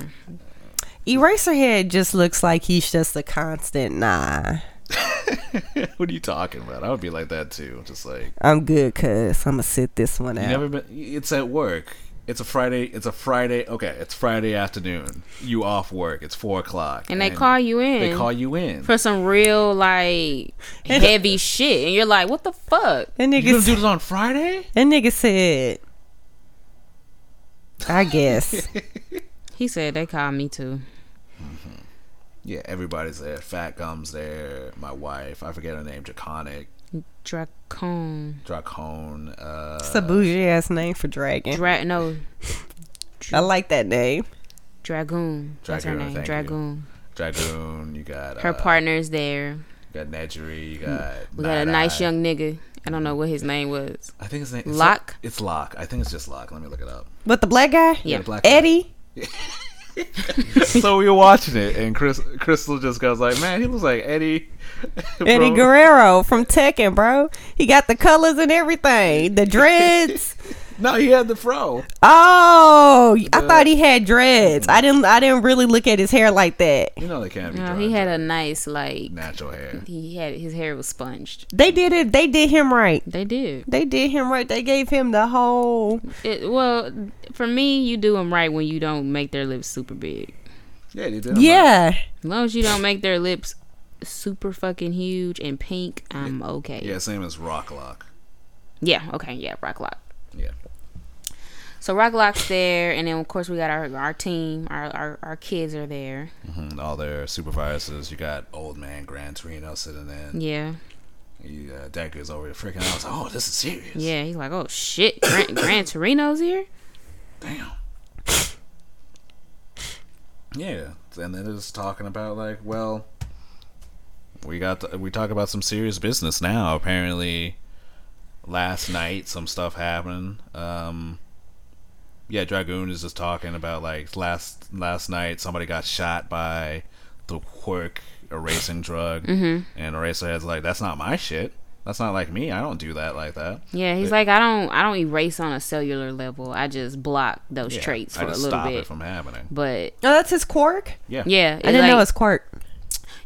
Speaker 3: Eraserhead just looks like he's just a constant. Nah,
Speaker 2: what are you talking about? I would be like that too. Just like
Speaker 3: I'm good, cuz I'm gonna sit this one
Speaker 2: you
Speaker 3: out.
Speaker 2: never been. It's at work. It's a Friday. It's a Friday. Okay, it's Friday afternoon. You off work. It's four o'clock,
Speaker 1: And they call you in.
Speaker 2: They call you in.
Speaker 1: For some real like heavy shit, and you're like, what the fuck?
Speaker 3: that
Speaker 2: you gonna
Speaker 3: nigga,
Speaker 2: do this on Friday?
Speaker 3: that nigga said, I guess.
Speaker 1: He said they called me too.
Speaker 2: Yeah, everybody's there. Fat Gum's there. My wife. I forget her name. Draconic.
Speaker 1: Dracon.
Speaker 2: Dracone. Uh,
Speaker 3: it's a bougie ass name for dragon.
Speaker 1: Dra- no,
Speaker 3: I like that name.
Speaker 1: Dragoon. That's her name.
Speaker 2: Dragoon, thank you.
Speaker 1: Dragoon.
Speaker 2: Dragoon. You got uh,
Speaker 1: Her partner's there.
Speaker 2: You got Nedgery. You got.
Speaker 1: We got a
Speaker 2: Night
Speaker 1: nice
Speaker 2: Eye.
Speaker 1: young nigga. I don't know what his name was.
Speaker 2: I think his name.
Speaker 1: Locke?
Speaker 2: It's, it's Locke. I think it's just Locke. Let me look it up.
Speaker 3: But the black guy,
Speaker 1: Yeah.
Speaker 2: The black guy.
Speaker 3: Eddie.
Speaker 2: so we were watching it, and Chris Crystal just goes like, "Man, he looks like Eddie."
Speaker 3: Eddie
Speaker 2: from-
Speaker 3: Guerrero from Tekken, bro. He got the colors and everything. The dreads.
Speaker 2: No, he had the fro.
Speaker 3: Oh, I thought he had dreads. I didn't. I didn't really look at his hair like that.
Speaker 2: You know they can't be.
Speaker 1: No,
Speaker 2: drawing
Speaker 1: he had a nice like.
Speaker 2: natural hair.
Speaker 1: He had his hair was sponged.
Speaker 3: They did it. They did him right.
Speaker 1: They did.
Speaker 3: They did him right. They gave him the whole.
Speaker 1: It, well, for me, you do them right when you don't make their lips super big.
Speaker 2: Yeah, they did.
Speaker 3: Yeah,
Speaker 1: As long as you don't make their lips super fucking huge and pink, I'm okay.
Speaker 2: Yeah, same as Rock Lock.
Speaker 1: Yeah. Okay. Yeah. Rock Lock.
Speaker 2: Yeah.
Speaker 1: So Rock Lock's there, and then of course we got our our team. Our our, our kids are there.
Speaker 2: Mhm, All their supervisors. You got old man Gran Torino sitting in.
Speaker 1: Yeah.
Speaker 2: He, uh, Decker's over here freaking out. It's like, oh, this is serious.
Speaker 1: Yeah. He's like, oh shit, Gran, Gran Torino's here.
Speaker 2: Damn. Yeah, and then it's talking about like, well, we got to, we talk about some serious business now. Apparently, last night some stuff happened. Um, yeah, Dragoon is just talking about like last last night somebody got shot by the work erasing drug, mm-hmm. and Eraserhead's like, that's not my shit. That's not like me. I don't do that like that.
Speaker 1: Yeah. He's like, I don't I don't erase on a cellular level. I just block those
Speaker 2: Yeah,
Speaker 1: traits for
Speaker 2: I
Speaker 1: a
Speaker 2: just
Speaker 1: little
Speaker 2: stop it
Speaker 1: bit.
Speaker 2: from happening.
Speaker 1: But
Speaker 3: oh, that's his quirk.
Speaker 2: Yeah,
Speaker 1: yeah,
Speaker 3: I didn't
Speaker 1: like,
Speaker 3: know his quirk.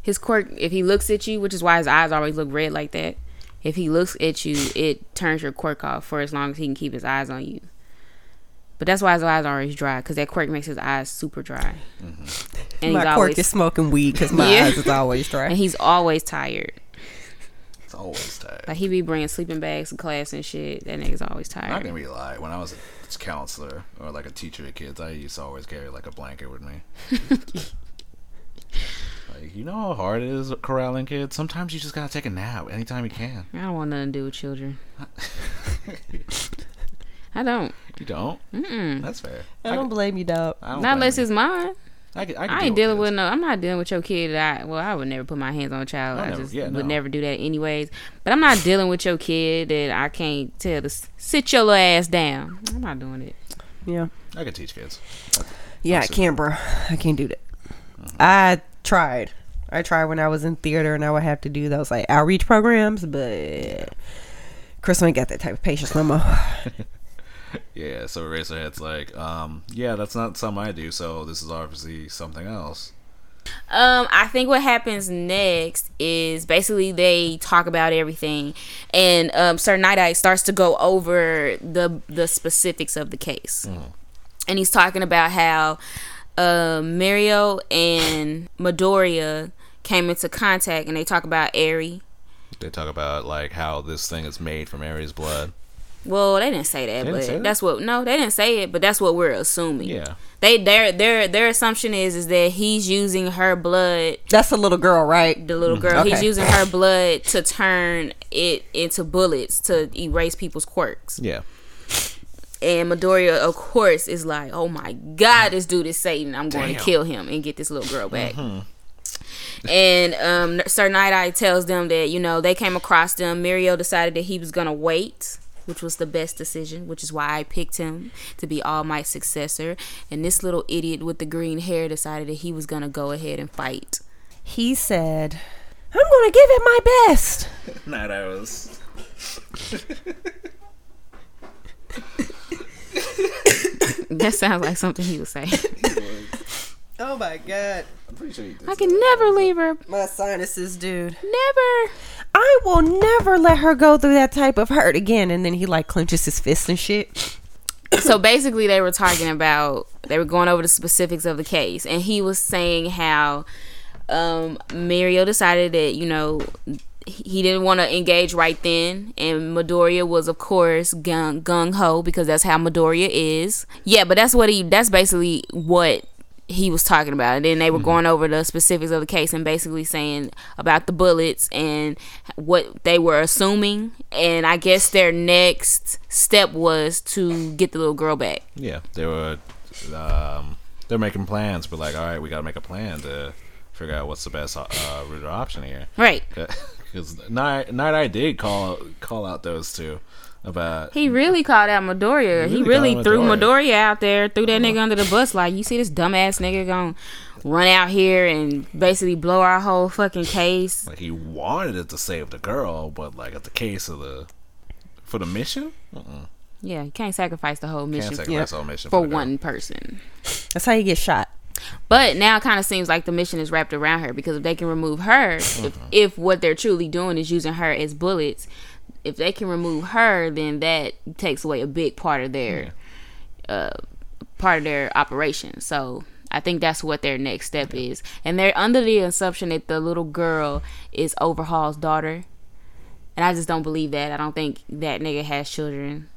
Speaker 1: his quirk. If he looks at you, which is why his eyes always look red like that. If he looks at you, it turns your quirk off for as long as he can keep his eyes on you. But that's why his eyes are always dry, because that quirk makes his eyes super dry.
Speaker 2: Mm-hmm.
Speaker 1: And
Speaker 3: My
Speaker 1: he's
Speaker 3: quirk
Speaker 1: always
Speaker 3: is smoking weed because my
Speaker 1: Yeah.
Speaker 3: eyes is always
Speaker 1: and
Speaker 3: dry.
Speaker 1: he's always tired.
Speaker 2: it's always tight.
Speaker 1: Like he be bringing sleeping bags to class and shit. That nigga's always
Speaker 2: I'm not
Speaker 1: tired.
Speaker 2: gonna be lie. When I was a counselor or like a teacher to kids, I used to always carry like a blanket with me. like you know how hard it is corralling kids. Sometimes you just gotta take a nap anytime you can.
Speaker 1: I don't want nothing to do with children. I don't.
Speaker 2: You don't. Mm-mm. That's fair.
Speaker 3: I don't blame you, dog.
Speaker 2: I don't
Speaker 1: Not
Speaker 2: blame
Speaker 1: unless
Speaker 2: you.
Speaker 1: it's mine.
Speaker 2: I, can, I, can
Speaker 1: I
Speaker 2: deal
Speaker 1: ain't dealing
Speaker 2: kids.
Speaker 1: with no. I'm not dealing with your kid. That I well, I would never put my hands on a child.
Speaker 2: I
Speaker 1: I,
Speaker 2: never-
Speaker 1: just
Speaker 2: yeah,
Speaker 1: would
Speaker 2: no.
Speaker 1: never do that anyways. But I'm not dealing with your kid that I can't tell to s- sit your little ass down. I'm not doing it.
Speaker 3: Yeah.
Speaker 2: I can teach kids.
Speaker 3: Yeah, I can't, bro. I can't do that. I tried. I tried when I was in theater, and I would have to do those like outreach programs, but Chris ain't got that type of patience no more.
Speaker 2: Yeah. So Eraserhead's like, um, yeah, that's not something I do. So this is obviously something else.
Speaker 1: Um, I think what happens next is basically they talk about everything, and um, Sir Night Eye starts to go over the the specifics of the case,
Speaker 2: Mm.
Speaker 1: and he's talking about how uh, Mario and Midoriya came into contact, and they talk about Airy.
Speaker 2: They talk about like how this thing is made from Aries blood.
Speaker 1: Well, they didn't say that,
Speaker 2: didn't
Speaker 1: but
Speaker 2: say that?
Speaker 1: that's what no, they didn't say it, but that's what we're assuming.
Speaker 2: Yeah.
Speaker 1: They their their their assumption is is that he's using her blood
Speaker 3: That's a little girl, right?
Speaker 1: the little girl. He's
Speaker 3: Okay.
Speaker 1: using her blood to turn it into bullets to erase people's quirks.
Speaker 2: Yeah.
Speaker 1: And Midoriya, of course, is like, "Oh my God, this dude is Satan. I'm going to
Speaker 2: Damn.
Speaker 1: kill him and get this little girl back." And um, Sir Night Eye tells them that you know they came across them. Mirio decided that he was gonna wait which was the best decision, which is why I picked him to be All Might's successor. And this little idiot with the green hair decided that he was gonna go ahead and fight.
Speaker 3: He said, I'm going to give it my best.
Speaker 2: Not ours.
Speaker 1: That sounds like something he would say.
Speaker 3: Oh my God.
Speaker 2: I'm pretty sure he did.
Speaker 1: I can never leave her.
Speaker 3: My sinuses, dude.
Speaker 1: Never.
Speaker 3: I will never let her go through that type of hurt again. And then he like clenches his fist and shit.
Speaker 1: so basically they were talking about they were going over the specifics of the case and he was saying how um Mario decided that you know he didn't want to engage right then and Midoriya was of course gung gung ho because that's how Midoriya is yeah but that's what he that's basically what he was talking about and then they were
Speaker 2: Mm-hmm.
Speaker 1: going over the specifics of the case and basically saying about the bullets and what they were assuming and i guess their next step was to get the little girl back
Speaker 2: Yeah, they were. Um, they're making plans, but like, all right, we gotta make a plan to figure out what's the best uh, route or option here.
Speaker 1: right
Speaker 2: Because night, night, I did call call out those two about.
Speaker 1: he really called out Midoriya. He
Speaker 2: He really
Speaker 1: really,
Speaker 2: called
Speaker 1: threw
Speaker 2: Midoriya. Uh-huh.
Speaker 1: Midoriya out there, threw that nigga under the bus. Like, you see this dumbass nigga gonna run out here and basically blow our whole fucking case.
Speaker 2: Like he wanted it to save the girl, but like at the case of the for the mission, uh-uh.
Speaker 1: Yeah, you can't sacrifice the whole mission for,
Speaker 2: can't sacrifice
Speaker 3: yeah.
Speaker 2: the whole mission
Speaker 1: for
Speaker 2: the girl.
Speaker 1: one person.
Speaker 3: That's how you get shot.
Speaker 1: But now it kind of seems like the mission is wrapped around her because if they can remove her, if,
Speaker 2: Mm-hmm.
Speaker 1: if what they're truly doing is using her as bullets, if they can remove her, then that takes away a big part of their uh, part of their operation. So I think that's what their next step is, and they're under the assumption that the little girl is Overhaul's daughter, and I just don't believe that. I don't think that nigga has children.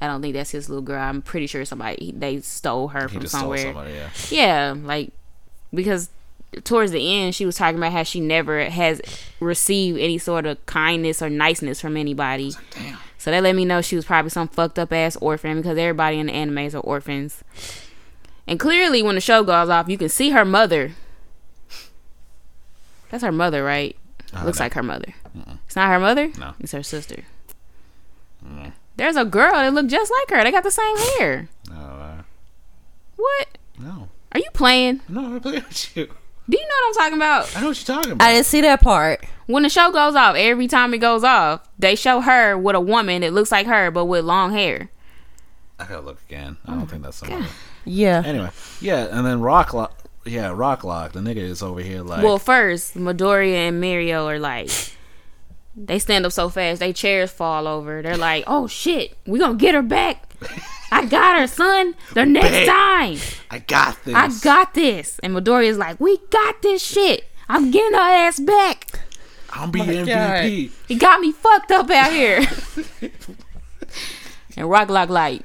Speaker 1: I don't think that's his little girl. I'm pretty sure somebody they stole her
Speaker 2: He
Speaker 1: from
Speaker 2: just
Speaker 1: somewhere.
Speaker 2: stole somebody. Yeah,
Speaker 1: Yeah, like because towards the end she was talking about how she never has received any sort of kindness or niceness from anybody.
Speaker 2: damn.
Speaker 1: So that let me know she was probably some fucked up ass orphan because everybody in the animes are orphans. And clearly when the show goes off, you can see her mother. That's her mother, right? Looks
Speaker 2: no.
Speaker 1: like her mother. It's not her mother?
Speaker 2: No.
Speaker 1: It's her sister. There's a girl that looked just like her. They got the same hair.
Speaker 2: No, uh,
Speaker 1: What?
Speaker 2: no,
Speaker 1: Are you playing?
Speaker 2: no. I'm playing with you.
Speaker 1: Do you know what I'm talking about?
Speaker 2: I know what you're talking about.
Speaker 3: I didn't see that part.
Speaker 1: when the show goes off, every time it goes off, they show her with a woman that looks like her but with long hair.
Speaker 2: I gotta look again. I
Speaker 1: Oh
Speaker 2: don't think that's somebody.
Speaker 3: Yeah.
Speaker 2: Anyway, yeah, and then Rock Lock. Yeah, Rock Lock. The nigga is over here like.
Speaker 1: well, first, Midoriya and Mirio are like, they stand up so fast, they chairs fall over. They're like, oh shit, we gonna get her back. I got her, son. The next
Speaker 2: Bet.
Speaker 1: time.
Speaker 2: I got this.
Speaker 1: I got this. And Midoriya's like, we got this shit. I'm getting her ass back.
Speaker 2: I'm be MVP.
Speaker 1: He got me fucked up out here. and Rock Lock like,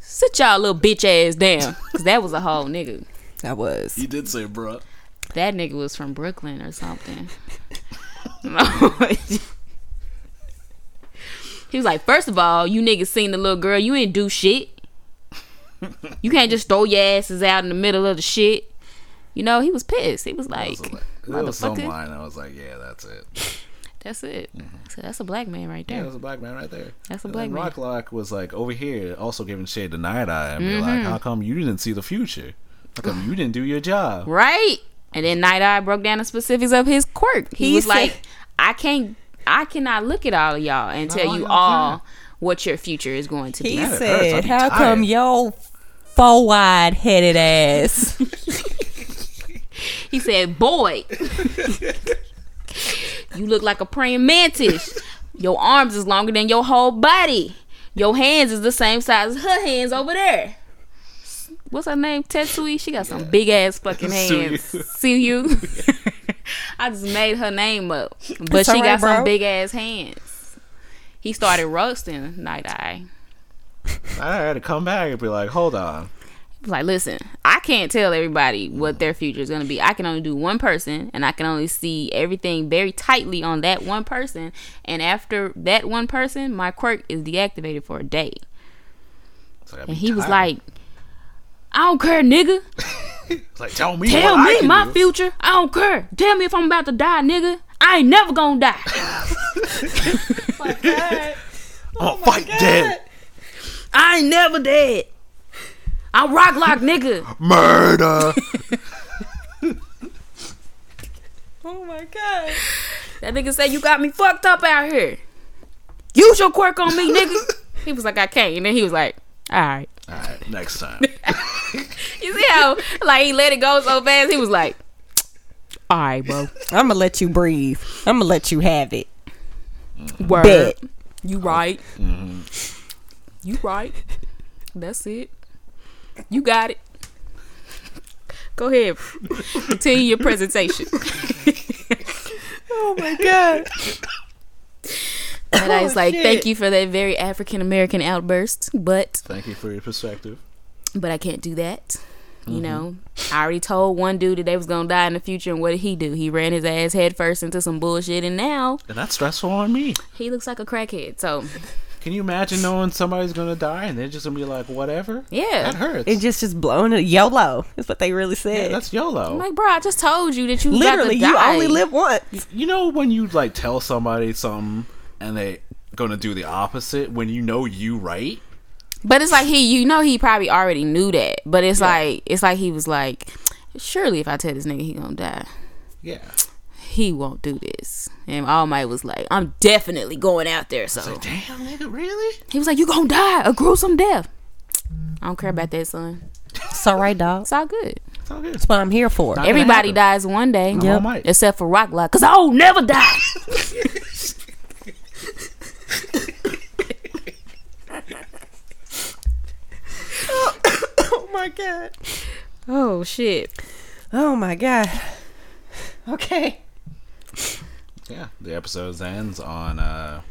Speaker 1: sit y'all little bitch ass down. Cause that was a whole nigga.
Speaker 3: That was.
Speaker 2: You did say, bruh.
Speaker 1: That nigga was from Brooklyn or something. he was like, first of all, you niggas seen the little girl, you ain't do shit. You can't just throw your asses out in the middle of the shit. You know, he was pissed. He was like,
Speaker 2: It was, like, there was some
Speaker 1: motherfucker,
Speaker 2: line. I was like, yeah, that's it.
Speaker 1: that's it. So that's a black man right
Speaker 2: Yeah,
Speaker 1: there.
Speaker 2: it was a black man right there.
Speaker 1: That's a
Speaker 2: And
Speaker 1: black
Speaker 2: then
Speaker 1: man.
Speaker 2: Rock Lock was like over here, also giving shade to Night Eye, and be
Speaker 1: Mm-hmm.
Speaker 2: like, how come you didn't see the future? How come you didn't do your job?
Speaker 1: Right. And then Night Eye broke down the specifics of his quirk. He,
Speaker 3: He
Speaker 1: was
Speaker 3: said-
Speaker 1: like, I can't I cannot look at all of y'all and tell
Speaker 2: all
Speaker 1: you
Speaker 2: y'all
Speaker 1: all what your future is going to be.
Speaker 3: He
Speaker 2: Mad at Earth, I'd
Speaker 3: said,
Speaker 2: be
Speaker 3: How
Speaker 2: tired."
Speaker 3: come yo four wide headed ass?
Speaker 1: He said, Boy, you look like a praying mantis. Your arms is longer than your whole body. Your hands is the same size as her hands over there. What's her name? Tetsui? She got some big ass fucking hands.
Speaker 2: Suyu.
Speaker 1: See you. I just made her name up. But
Speaker 3: It's
Speaker 1: she
Speaker 3: all
Speaker 1: got
Speaker 3: right,
Speaker 1: some
Speaker 3: bro.
Speaker 1: big ass hands. He started roasting Night Eye.
Speaker 2: I had to come back and be like, hold on.
Speaker 1: like listen i can't tell everybody what their future is going to be i can only do one person and i can only see everything very tightly on that one person and after that one person my quirk is deactivated for a day
Speaker 2: It's like, I'd be
Speaker 1: and he was
Speaker 2: tired.
Speaker 1: like i don't care nigga
Speaker 2: It's like, tell me
Speaker 1: tell
Speaker 2: what I
Speaker 1: me
Speaker 2: can
Speaker 1: my
Speaker 2: do.
Speaker 1: future i don't care tell me if i'm Oh about to die nigga i ain't never gonna die
Speaker 2: Oh, fight dead.
Speaker 1: I ain't never dead. I'm rock lock nigga.
Speaker 2: Murder.
Speaker 3: Oh my god.
Speaker 1: That nigga said you got me fucked up out here. Use your quirk on me, nigga. He was like, I can't. And then he was like, all right.
Speaker 2: All right, next time.
Speaker 1: You see how like he let it go so fast? He was like, all right, bro.
Speaker 3: I'm gonna let you breathe. I'm gonna let you have it.
Speaker 1: Word.
Speaker 3: Bet. Mm-hmm.
Speaker 1: You right. You right. That's it. You got it. Go ahead. Continue your presentation.
Speaker 3: Oh my god.
Speaker 1: And I was
Speaker 3: Oh,
Speaker 1: like,
Speaker 3: shit.
Speaker 1: thank you for that very African American outburst, but
Speaker 2: Thank you for your perspective.
Speaker 1: but I can't do that.
Speaker 3: Mm-hmm.
Speaker 1: You know, I already told one dude that they was gonna die in the future, and what did he do? He ran his ass headfirst into some bullshit, and now
Speaker 2: And that's stressful on me.
Speaker 1: he looks like a crackhead. So
Speaker 2: Can you imagine knowing somebody's gonna die and they're just gonna be like, whatever?
Speaker 1: Yeah.
Speaker 2: That hurts.
Speaker 3: It just just blown it. YOLO is what they really said.
Speaker 2: That's YOLO.
Speaker 1: I'm like, bro, I just told you that you
Speaker 3: Literally,
Speaker 1: got to
Speaker 3: you
Speaker 1: die.
Speaker 3: only live once.
Speaker 2: you know when you like tell somebody something and they gonna do the opposite when you know you right?
Speaker 1: But it's like he, you know, he probably already knew that. But it's like, it's like he was like, surely if I tell this nigga he gonna die,
Speaker 2: Yeah.
Speaker 1: he won't do this. And All Might was like, I'm definitely going out there. So
Speaker 2: Damn nigga, really?
Speaker 1: he was like, you gonna die a gruesome death. I don't care about that, son.
Speaker 3: It's all right, dog.
Speaker 1: It's all good.
Speaker 2: It's all good.
Speaker 3: That's what I'm here for.
Speaker 2: Not gonna
Speaker 1: Everybody
Speaker 2: happen.
Speaker 1: dies one day,
Speaker 2: Yep. Might.
Speaker 1: except for Rock Lock, cause I'll never die.
Speaker 3: Oh my god.
Speaker 1: oh shit!
Speaker 3: Oh my god. Okay.
Speaker 2: Yeah. The episode ends on uh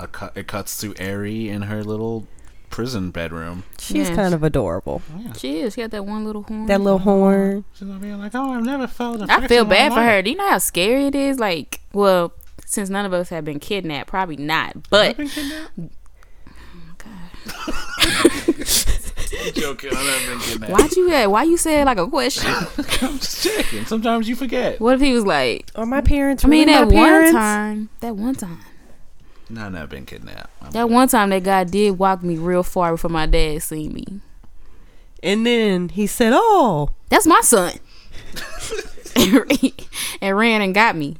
Speaker 2: a cut it cuts to Aerie in her little prison bedroom.
Speaker 3: She's
Speaker 1: Yes.
Speaker 3: kind of adorable.
Speaker 1: She is. She got that one little horn.
Speaker 3: That little horn.
Speaker 2: She's gonna be like, Oh, I've never felt a
Speaker 1: I feel
Speaker 2: friction
Speaker 1: bad
Speaker 2: in
Speaker 1: for
Speaker 2: my
Speaker 1: her.
Speaker 2: life."
Speaker 1: Do you know how scary it is? Like, well, since none of us have been kidnapped, probably not. But
Speaker 2: Been kidnapped?
Speaker 1: Oh
Speaker 2: I'm joking, I've never been kidnapped.
Speaker 1: why'd you why you said like a question?
Speaker 2: I'm just checking. Sometimes you forget.
Speaker 1: What if he was like?
Speaker 3: Are my parents
Speaker 1: I mean,
Speaker 3: really
Speaker 1: that
Speaker 3: my
Speaker 1: one
Speaker 3: parents?
Speaker 1: time, that one time,
Speaker 2: No, I've never been kidnapped. I'm
Speaker 1: that one time, that guy did walk me real far before my dad seen me.
Speaker 3: And then he said, "Oh,
Speaker 1: That's my son. and re- and ran and got me.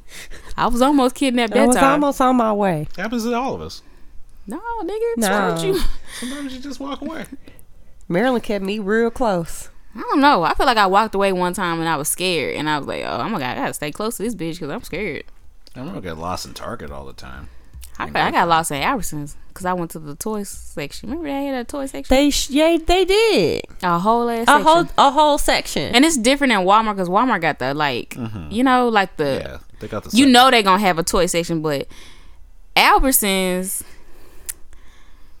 Speaker 1: I was almost kidnapped
Speaker 3: I
Speaker 1: that
Speaker 3: was
Speaker 1: time.
Speaker 3: almost on my way."
Speaker 2: happens to all of us.
Speaker 1: no, nigga, what's wrong with
Speaker 3: No.
Speaker 1: you?
Speaker 2: Sometimes you just walk away.
Speaker 3: Marilyn kept me real close.
Speaker 1: I don't know. I feel like I walked away one time and I was scared, and I was like, "Oh, I'm gonna, I gotta stay close to this bitch because I'm scared."
Speaker 2: I remember getting lost in Target all the time.
Speaker 1: I, got- I got lost at Albertsons because I went to the toy section. Remember they had a toy section,
Speaker 3: They sh- yeah, they did
Speaker 1: a whole ass
Speaker 3: a
Speaker 1: section.
Speaker 3: whole a whole section.
Speaker 1: and it's different than Walmart because Walmart got the like, you know, like the
Speaker 2: Yeah, they got the.
Speaker 1: Uh, you know they gonna have a toy section, but Albertsons,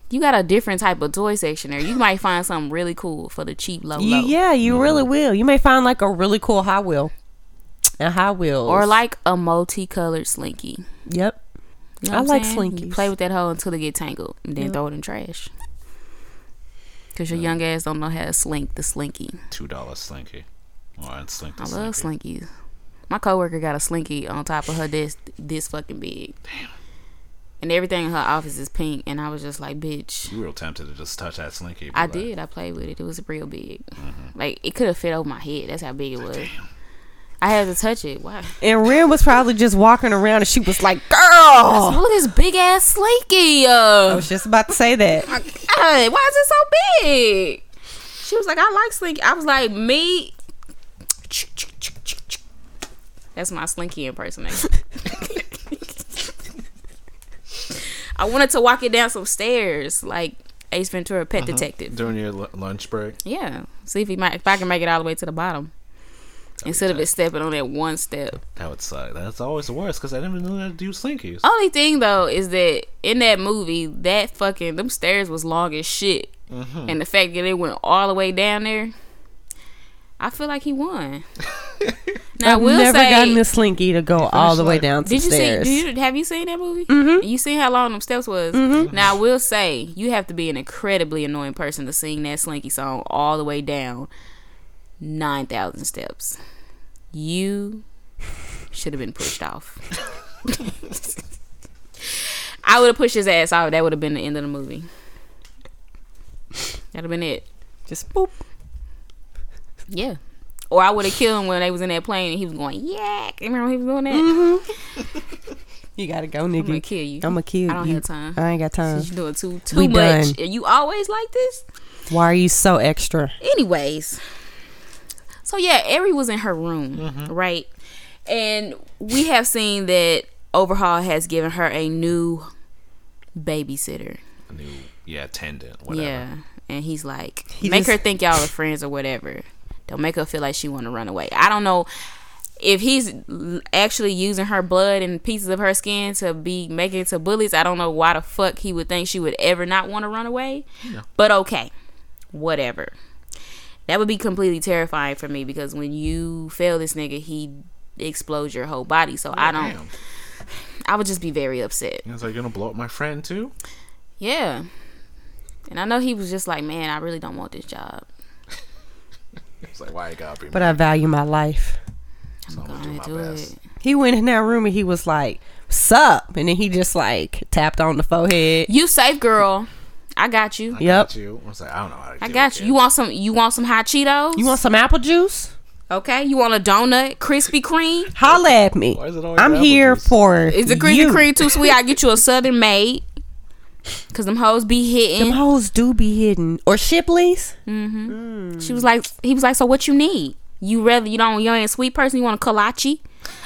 Speaker 1: you got a different type of toy section there. You might find something really cool for the cheap low low,
Speaker 3: You, yeah, you really will. You may find like a really cool high wheel, a high wheel,
Speaker 1: or like a multicolored slinky.
Speaker 3: yep.
Speaker 1: You know
Speaker 3: I
Speaker 1: what I'm
Speaker 3: like
Speaker 1: saying? You
Speaker 3: Slinkies.
Speaker 1: play with that hoe until it get tangled, and then throw it in trash. Cause your young ass don't know how to slink the slinky.
Speaker 2: two dollar slinky, or on slink.
Speaker 1: I
Speaker 2: the
Speaker 1: love
Speaker 2: Slinky.
Speaker 1: slinkies. My coworker got a slinky on top of her desk this fucking big. Damn. And everything in her office is pink, and I was just like, bitch.
Speaker 2: You were tempted to just touch that slinky. but
Speaker 1: I
Speaker 2: like,
Speaker 1: did. I played with it. It was real big. Like it could have fit over my head. That's how big it was. I had to touch it. Why?
Speaker 3: And Ren was probably just walking around, and she was like, "Girl."
Speaker 1: Oh, look at this big ass slinky. Uh,
Speaker 3: I was just about to say that.
Speaker 1: God, why is it so big? She was like, I like Slinky. I was like, me. That's my Slinky impersonation. I wanted to walk it down some stairs, like Ace Ventura, Pet Detective.
Speaker 2: During your l- lunch break,
Speaker 1: Yeah, see if he might, if I can make it all the way to the bottom instead of it stepping on that one step.
Speaker 2: that would suck. That's always the worst because I didn't even know how to do slinkies.
Speaker 1: Only thing though is that in that movie, that fucking them stairs was long as shit, and the fact that it went all the way down there, I feel like he won. now I
Speaker 3: I've
Speaker 1: will
Speaker 3: never
Speaker 1: say,
Speaker 3: gotten a slinky to go all the way
Speaker 2: like-
Speaker 3: down some
Speaker 1: did you
Speaker 3: stairs.
Speaker 1: see? Do you have you seen that movie? Mm-hmm. You seen how long them steps was?
Speaker 3: Mm-hmm.
Speaker 1: Now I will say, you have to be an incredibly annoying person to sing that Slinky song all the way down nine thousand steps. You should have been pushed off. I would have pushed his ass out. That would have been the end of the movie. That'd have been it.
Speaker 3: Just boop.
Speaker 1: Yeah. Or I would have killed him when they was in that plane and he was going, yak. Remember when he was doing that?
Speaker 3: Mm-hmm. You gotta go,
Speaker 1: I'm going
Speaker 3: nigga.
Speaker 1: to kill you.
Speaker 3: I'm gonna kill you.
Speaker 1: I don't have time.
Speaker 3: I ain't got time.
Speaker 1: you doing too too
Speaker 3: We
Speaker 1: much. You always like this?
Speaker 3: Why are you so extra?
Speaker 1: Anyways. So yeah, Eri was in her room, right? And we have seen that Overhaul has given her a new babysitter.
Speaker 2: New, yeah, attendant, whatever.
Speaker 1: Yeah. And he's like,
Speaker 3: He
Speaker 1: make
Speaker 3: just-
Speaker 1: her think y'all are friends or whatever. Don't make her feel like she want to run away. I don't know if he's l- actually using her blood and pieces of her skin to be making it to bullies. I don't know why the fuck he would think she would ever not want to run away. But okay, whatever. That would be completely terrifying for me because when you fail this nigga, he explodes your whole body. So I don't.
Speaker 2: Damn.
Speaker 1: I would just be very upset.
Speaker 2: He was like, gonna blow up my friend too?
Speaker 1: Yeah. And I know he was just like, man, I really don't want this job.
Speaker 2: It's like, why you gotta be
Speaker 3: But I value my life.
Speaker 2: so I'm
Speaker 1: Go
Speaker 2: gonna do
Speaker 1: ahead,
Speaker 2: my
Speaker 1: do
Speaker 2: best.
Speaker 1: it.
Speaker 3: He went in that room and he was like, "Sup," and then he just like tapped on the forehead.
Speaker 1: You safe, girl. I got you.
Speaker 2: I
Speaker 3: Yep.
Speaker 2: got you. I was like, I don't know how to
Speaker 1: I
Speaker 2: do
Speaker 1: got
Speaker 2: it,
Speaker 1: you. You want some? You want some hot Cheetos?
Speaker 3: You want some apple juice?
Speaker 1: Okay. You want a donut? Krispy Kreme?
Speaker 3: Holla at me.
Speaker 2: Why is it always
Speaker 3: I'm
Speaker 2: apple
Speaker 3: here
Speaker 2: juice?
Speaker 3: for
Speaker 1: Is the
Speaker 3: you.
Speaker 1: Krispy Kreme too sweet? I get you a Southern made. Cause them hoes be
Speaker 3: Them
Speaker 1: hitting.
Speaker 3: hoes do be hidden. Or Shipley's.
Speaker 1: She was like, he was like, so what you need? You rather you don't you ain't a sweet person. You want a kolache?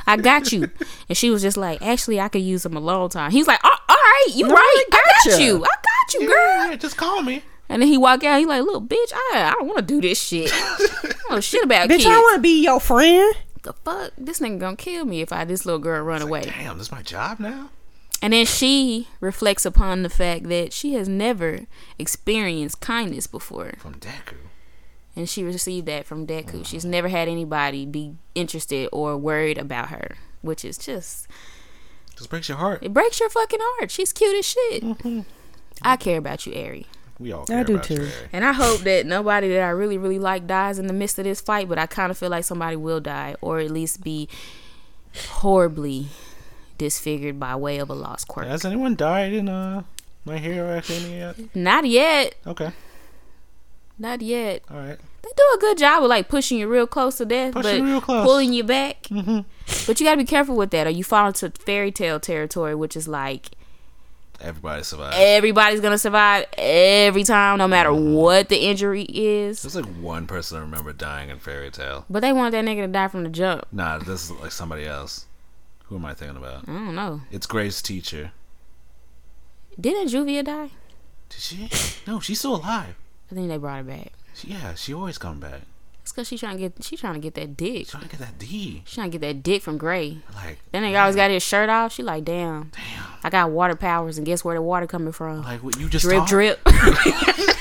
Speaker 1: I got you. and she was just like, actually, I could use them a long time. He's like, oh, all right, you right. I got
Speaker 3: gotcha.
Speaker 1: you. I got you,
Speaker 2: Yeah,
Speaker 1: girl.
Speaker 2: yeah, just call me.
Speaker 1: And then he walk out. He like, look, bitch, I I don't want to do this shit. I don't know shit about
Speaker 3: Bitch,
Speaker 1: kids.
Speaker 3: I want to be your friend.
Speaker 1: the fuck? This nigga gonna kill me if I this little girl run away.
Speaker 2: Damn, this is my job now?
Speaker 1: And then she reflects upon the fact that she has never experienced kindness before,
Speaker 2: From Deku.
Speaker 1: and she received that from Deku. She's never had anybody be interested or worried about her, which is just
Speaker 2: Just breaks your heart.
Speaker 1: it breaks your fucking heart. She's cute as shit. I care about you, Ari.
Speaker 2: We all care
Speaker 3: do
Speaker 2: about
Speaker 3: too.
Speaker 2: you, Ray.
Speaker 1: And I hope that nobody that I really, really like dies in the midst of this fight, but I kind of feel like somebody will die or at least be horribly disfigured by way of a lost quirk.
Speaker 2: Has anyone died in uh My Hero Academia yet?
Speaker 1: Not yet.
Speaker 2: Okay,
Speaker 1: Not yet.
Speaker 2: all right.
Speaker 1: They do a good job of like pushing you real close to death,
Speaker 2: Push
Speaker 1: but
Speaker 2: you real close. Mm-hmm.
Speaker 1: pulling you back. But you got to be careful with that or you fall into fairy tale territory, which is like
Speaker 2: Everybody survived.
Speaker 1: everybody's going to survive every time, no matter what the injury is.
Speaker 2: There's like one person I remember dying in Fairy Tale.
Speaker 1: But they want that nigga to die from the jump.
Speaker 2: Nah, this is like somebody else. Who am I thinking about?
Speaker 1: I don't know.
Speaker 2: It's Grace's teacher.
Speaker 1: Didn't Juvia die?
Speaker 2: Did she? No, she's still alive.
Speaker 1: I think they brought her back.
Speaker 2: She, yeah, she always come back.
Speaker 1: It's cause she trying to get she trying to get that dick.
Speaker 2: Trying to get that D.
Speaker 1: She trying to get that dick from Gray.
Speaker 2: Like,
Speaker 1: That nigga always got his shirt off. She like, damn,
Speaker 2: damn.
Speaker 1: I got water powers, and guess where the water coming from?
Speaker 2: Like what you just
Speaker 1: drip,
Speaker 2: talk-
Speaker 1: drip.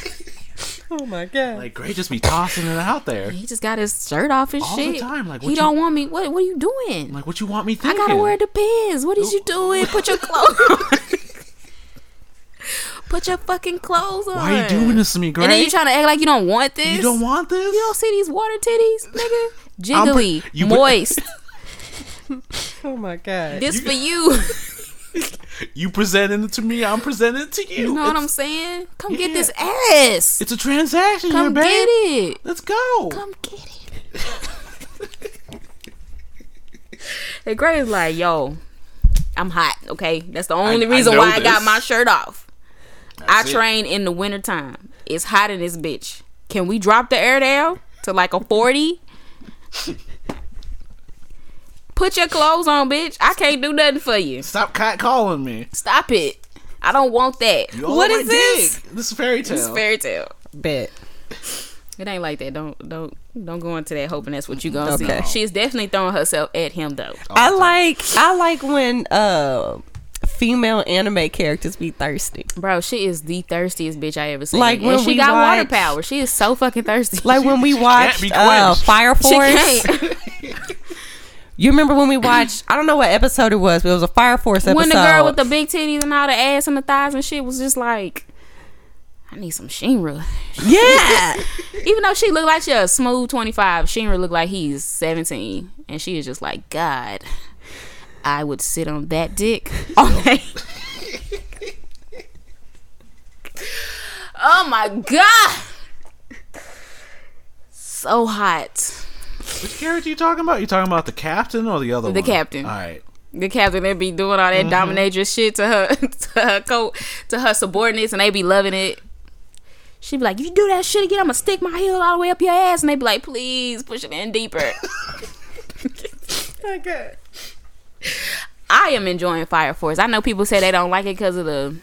Speaker 3: Oh my god.
Speaker 2: Like Gray just be tossing it out there.
Speaker 1: he just got his shirt off and
Speaker 2: All the
Speaker 1: shit.
Speaker 2: time, like,
Speaker 1: he
Speaker 2: what you-
Speaker 1: don't want me. What What are you doing?
Speaker 2: Like what you want me
Speaker 1: I
Speaker 2: thinking?
Speaker 1: gotta wear the pants. What is you doing? Put your clothes. on. Put your fucking clothes on.
Speaker 2: Why are you doing this to me, Gray?
Speaker 1: And then you trying to act like you don't want this.
Speaker 2: You don't want this.
Speaker 1: You don't see these water titties, nigga.
Speaker 2: I'm put-
Speaker 1: Jiggly,
Speaker 2: you put-
Speaker 1: moist.
Speaker 3: Oh my god.
Speaker 1: this for you.
Speaker 2: You presenting it to me. I'm presenting it to you.
Speaker 1: You know what
Speaker 2: It's-
Speaker 1: I'm saying? Come get
Speaker 2: Yeah.
Speaker 1: this ass.
Speaker 2: It's a transaction
Speaker 1: Come
Speaker 2: here,
Speaker 1: get
Speaker 2: babe.
Speaker 1: it.
Speaker 2: Let's go.
Speaker 1: Come get it. and Gray's like, yo, I'm hot, okay? That's the only
Speaker 2: I
Speaker 1: reason
Speaker 2: know
Speaker 1: why I got
Speaker 2: this.
Speaker 1: my shirt off.
Speaker 2: That's
Speaker 1: I
Speaker 2: it.
Speaker 1: train in the wintertime. It's hot in this bitch. Can we drop the air down to like a 40? Put your clothes on, bitch. I can't do nothing for you.
Speaker 2: Stop cat calling me.
Speaker 1: Stop it. I don't want that.
Speaker 2: You all
Speaker 1: What
Speaker 2: over
Speaker 1: is
Speaker 2: my
Speaker 1: this?
Speaker 2: dick. This is fairy tale.
Speaker 1: This is fairy tale.
Speaker 3: Bet.
Speaker 1: It ain't like that. Don't don't don't go into that hoping that's what you gonna
Speaker 3: Okay.
Speaker 1: see. She's definitely throwing herself at him though.
Speaker 3: I like I like when uh female anime characters be thirsty.
Speaker 1: Bro, she is the thirstiest bitch I ever seen.
Speaker 3: Like,
Speaker 1: Like when
Speaker 3: when
Speaker 1: and she
Speaker 3: we
Speaker 1: got water
Speaker 3: watch-
Speaker 1: power. She is so fucking thirsty.
Speaker 3: Like when we watched
Speaker 2: be
Speaker 3: uh,
Speaker 2: quenched.
Speaker 3: Fire
Speaker 1: she
Speaker 3: Force.
Speaker 1: can't.
Speaker 3: You remember when we watched? I don't know what episode it was, but it was a Fire Force episode.
Speaker 1: when the girl with the big titties and all the ass and the thighs and shit was just like I need some Shinra.
Speaker 3: yeah,
Speaker 1: Even though she looked like she a smooth twenty five, Shinra looked like he's seventeen. And she is just like, God, I would sit on that dick all day. Oh my god. So hot.
Speaker 2: Which character you talking about? You talking about the captain or the other
Speaker 1: The
Speaker 2: one?
Speaker 1: captain.
Speaker 2: All right.
Speaker 1: The captain they be doing all that
Speaker 2: Mm-hmm.
Speaker 1: dominatrix shit to her to her co to her subordinates and they be loving it. She be like, If you do that shit again, I'ma stick my heel all the way up your ass and they be like, please push it in deeper.
Speaker 3: Okay.
Speaker 1: I am enjoying Fire Force. I know people say they don't like it because of the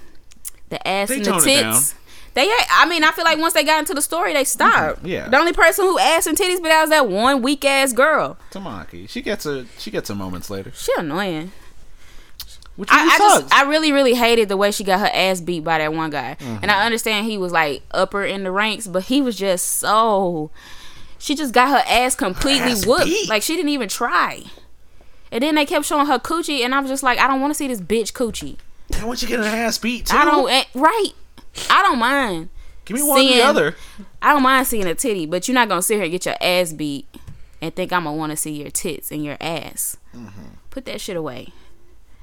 Speaker 1: the ass
Speaker 2: They
Speaker 1: and the
Speaker 2: toned it
Speaker 1: tits. They, I mean, I feel like once they got into the story, they stopped.
Speaker 2: Mm-hmm. yeah.
Speaker 1: The only person who ass and titties, but that was that one weak ass girl.
Speaker 2: Tamaki. She gets a she gets her moments later.
Speaker 1: She annoying.
Speaker 2: Which really
Speaker 1: I, I
Speaker 2: sucks.
Speaker 1: just, I really, really hated the way she got her ass beat by that one guy.
Speaker 2: Mm-hmm.
Speaker 1: And I understand he was like upper in the ranks, but he was just so. She just got her ass completely
Speaker 2: ass
Speaker 1: whooped.
Speaker 2: beat.
Speaker 1: Like she didn't even try. And then they kept showing her coochie, and I was just like, I don't want to see this bitch coochie.
Speaker 2: And once you get an ass beat too.
Speaker 1: I don't eh, right. I don't mind.
Speaker 2: give me one or the
Speaker 1: seeing-
Speaker 2: other.
Speaker 1: I don't mind seeing a titty, but you're not gonna sit here and get your ass beat and think I'm gonna want to see your tits and your ass.
Speaker 2: Mm-hmm.
Speaker 1: Put that shit away.